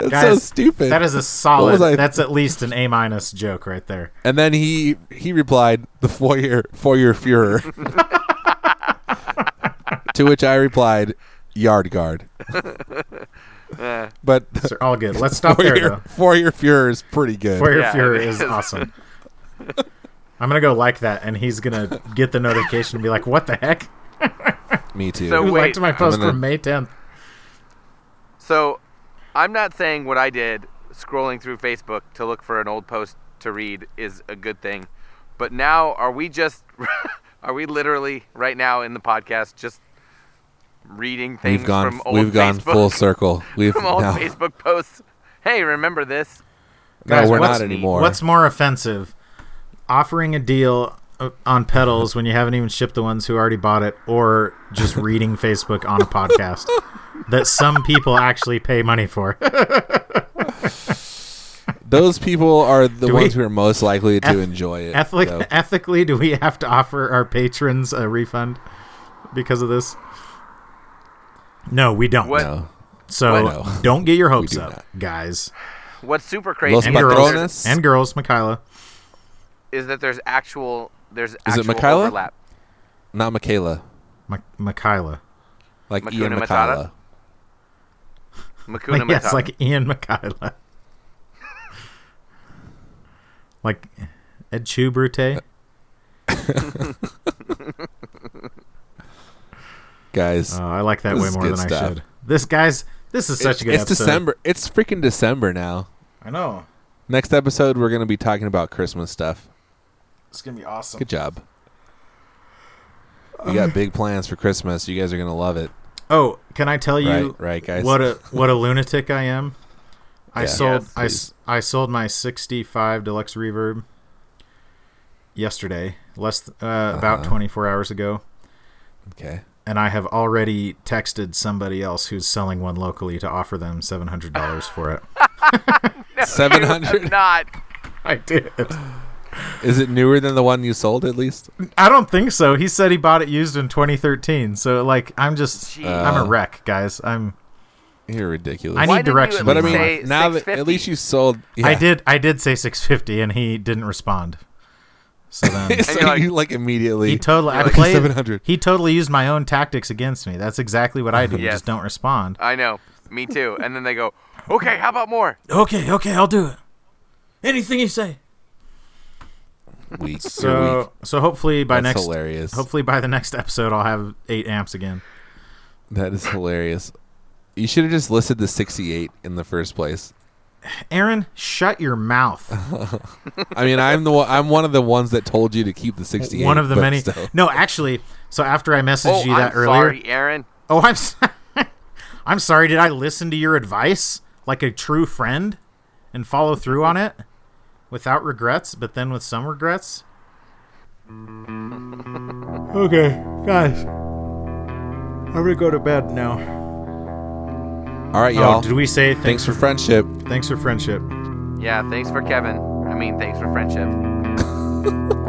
Speaker 1: That's so
Speaker 3: Guys,
Speaker 1: stupid.
Speaker 3: That is a
Speaker 1: was
Speaker 3: solid.
Speaker 1: I-
Speaker 3: That's at least an A minus joke right there.
Speaker 1: and then he he replied, "The foyer foyer Führer," [LAUGHS] to which I replied, "Yard guard." but the [LAUGHS]
Speaker 3: They're all good. Let's stop oh, there
Speaker 1: foyer
Speaker 3: though.
Speaker 1: foyer Führer is pretty good.
Speaker 3: Warrior
Speaker 2: Yeah,
Speaker 3: Fuhrer
Speaker 2: it
Speaker 3: is
Speaker 2: is.
Speaker 3: awesome. I'm gonna go like that, and he's gonna get the notification and be like, "What the heck?
Speaker 1: Me too.
Speaker 2: So-
Speaker 3: Who
Speaker 2: Wait,
Speaker 3: liked my post
Speaker 1: gonna-
Speaker 3: from May 10th?"
Speaker 2: So I'm not saying what I did scrolling through Facebook to look for an old post to read is a good thing. But now are we just [LAUGHS] are we literally right now in the podcast just reading things
Speaker 1: we've gone
Speaker 2: from old
Speaker 1: we've gone
Speaker 2: Facebook, [LAUGHS]
Speaker 1: full circle. We've
Speaker 2: from old
Speaker 1: no,
Speaker 2: Facebook posts? Hey, remember this?
Speaker 1: no,
Speaker 3: Guys,
Speaker 1: we're
Speaker 3: what's-
Speaker 1: not anymore.
Speaker 3: What's more offensive, offering a deal uh, on pedals when you haven't even shipped the ones who already bought it, or
Speaker 1: [LAUGHS]
Speaker 3: just reading Facebook on a podcast that some people actually pay money for?
Speaker 1: [LAUGHS] Those people are the
Speaker 3: Do
Speaker 1: ones
Speaker 3: we-
Speaker 1: who are most likely to
Speaker 3: Eth-
Speaker 1: enjoy it.
Speaker 3: Ethic-
Speaker 1: though.
Speaker 3: Ethically, do we have to offer our patrons a refund because of this? No, we don't.
Speaker 2: What-
Speaker 1: no.
Speaker 3: So
Speaker 1: What?
Speaker 3: don't
Speaker 1: [LAUGHS]
Speaker 3: get your hopes
Speaker 1: do
Speaker 3: up,
Speaker 1: not.
Speaker 3: guys.
Speaker 2: What's super
Speaker 1: Los
Speaker 2: crazy is
Speaker 3: And
Speaker 2: that
Speaker 3: girls.
Speaker 2: there's-
Speaker 1: Patrones?
Speaker 3: And girls, Michaela.
Speaker 2: is that there's actual there's
Speaker 1: it
Speaker 2: actual
Speaker 1: Mikayla?
Speaker 2: overlap.
Speaker 1: Not Michaela.
Speaker 3: Mi- Michaela.
Speaker 1: Like
Speaker 2: Hakuna
Speaker 1: Ian
Speaker 2: Matata?
Speaker 1: Michaela.
Speaker 2: Makuna
Speaker 3: Like, [LAUGHS] yes,
Speaker 2: Matata.
Speaker 3: like Ian Mikaela. [LAUGHS] like Ed
Speaker 1: Uh,
Speaker 3: Chubrute.
Speaker 1: guys.
Speaker 3: Oh, I like that
Speaker 1: This
Speaker 3: way
Speaker 1: is
Speaker 3: more
Speaker 1: good
Speaker 3: than I
Speaker 1: stuff.
Speaker 3: should. This guy's this is such
Speaker 1: it's
Speaker 3: a good
Speaker 1: it's
Speaker 3: episode.
Speaker 1: December. It's freaking December now.
Speaker 3: I know.
Speaker 1: Next episode, we're going to be talking about Christmas stuff.
Speaker 3: It's gonna be awesome.
Speaker 1: Good job. We
Speaker 3: Um,
Speaker 1: got big plans for Christmas. You guys are going to love it.
Speaker 3: Oh, can I tell you
Speaker 1: Right, right, guys.
Speaker 3: what
Speaker 1: [LAUGHS]
Speaker 3: a what a lunatic I am? I
Speaker 1: Yeah.
Speaker 3: sold
Speaker 2: Yes,
Speaker 3: I s I sold my 65 deluxe reverb yesterday, less th- uh, about
Speaker 1: Uh-huh.
Speaker 3: 24 hours ago,
Speaker 2: [LAUGHS]
Speaker 1: Okay. [LAUGHS]
Speaker 3: and I have already texted somebody else who's selling one locally to offer them $700 for it.
Speaker 1: Seven
Speaker 2: I'm
Speaker 1: hundred.
Speaker 2: not.
Speaker 3: I did.
Speaker 1: Is it newer than the one you sold? At least.
Speaker 3: I don't think so. He said he bought it used in 2013. So like I'm just
Speaker 2: Jeez.
Speaker 3: I'm a wreck, guys. I'm
Speaker 1: You're ridiculous.
Speaker 2: Why
Speaker 3: I need
Speaker 2: didn't you
Speaker 3: directions.
Speaker 2: at
Speaker 1: but I
Speaker 2: least
Speaker 1: mean,
Speaker 2: say
Speaker 1: now that at
Speaker 2: 650?
Speaker 1: least you sold.
Speaker 3: I
Speaker 1: yeah.
Speaker 3: did I did say 650 and he didn't respond.
Speaker 1: [LAUGHS]
Speaker 3: So [LAUGHS] then
Speaker 1: so
Speaker 2: you're like-
Speaker 1: you like immediately.
Speaker 3: he totally I
Speaker 1: like
Speaker 3: played
Speaker 1: 700.
Speaker 3: He totally used my own tactics against me. That's exactly what I do.
Speaker 2: Yes.
Speaker 3: Just don't respond.
Speaker 2: I know. Me too. And then they go, okay, how about more?
Speaker 3: Okay, okay, I'll do it. Anything you say.
Speaker 1: weak. You're weak.
Speaker 3: So so hopefully by
Speaker 1: That's
Speaker 3: next
Speaker 1: hilarious.
Speaker 3: hopefully by the next episode I'll have 8 amps again.
Speaker 1: That is hilarious. You should have just listed the 68 in the first place.
Speaker 3: Aaron, shut your mouth.
Speaker 1: [LAUGHS] I mean, I'm the one, I'm one of the ones that told you to keep the 68.
Speaker 3: One of the
Speaker 1: but
Speaker 3: many.
Speaker 1: still.
Speaker 3: No, actually, so after I messaged
Speaker 2: Oh,
Speaker 3: you that
Speaker 2: I'm
Speaker 3: earlier,
Speaker 2: sorry, Aaron.
Speaker 3: Oh, I'm s- [LAUGHS] I'm sorry. Did I listen to your advice like a true friend and follow through on it without regrets, but then with some regrets? okay, guys. I'm going to go to bed now.
Speaker 1: All right,
Speaker 3: Oh,
Speaker 1: y'all.
Speaker 3: did we say thanks
Speaker 1: Thanks for friendship.
Speaker 3: thanks for friendship?
Speaker 2: Yeah, thanks for Kevin. I mean, thanks for friendship.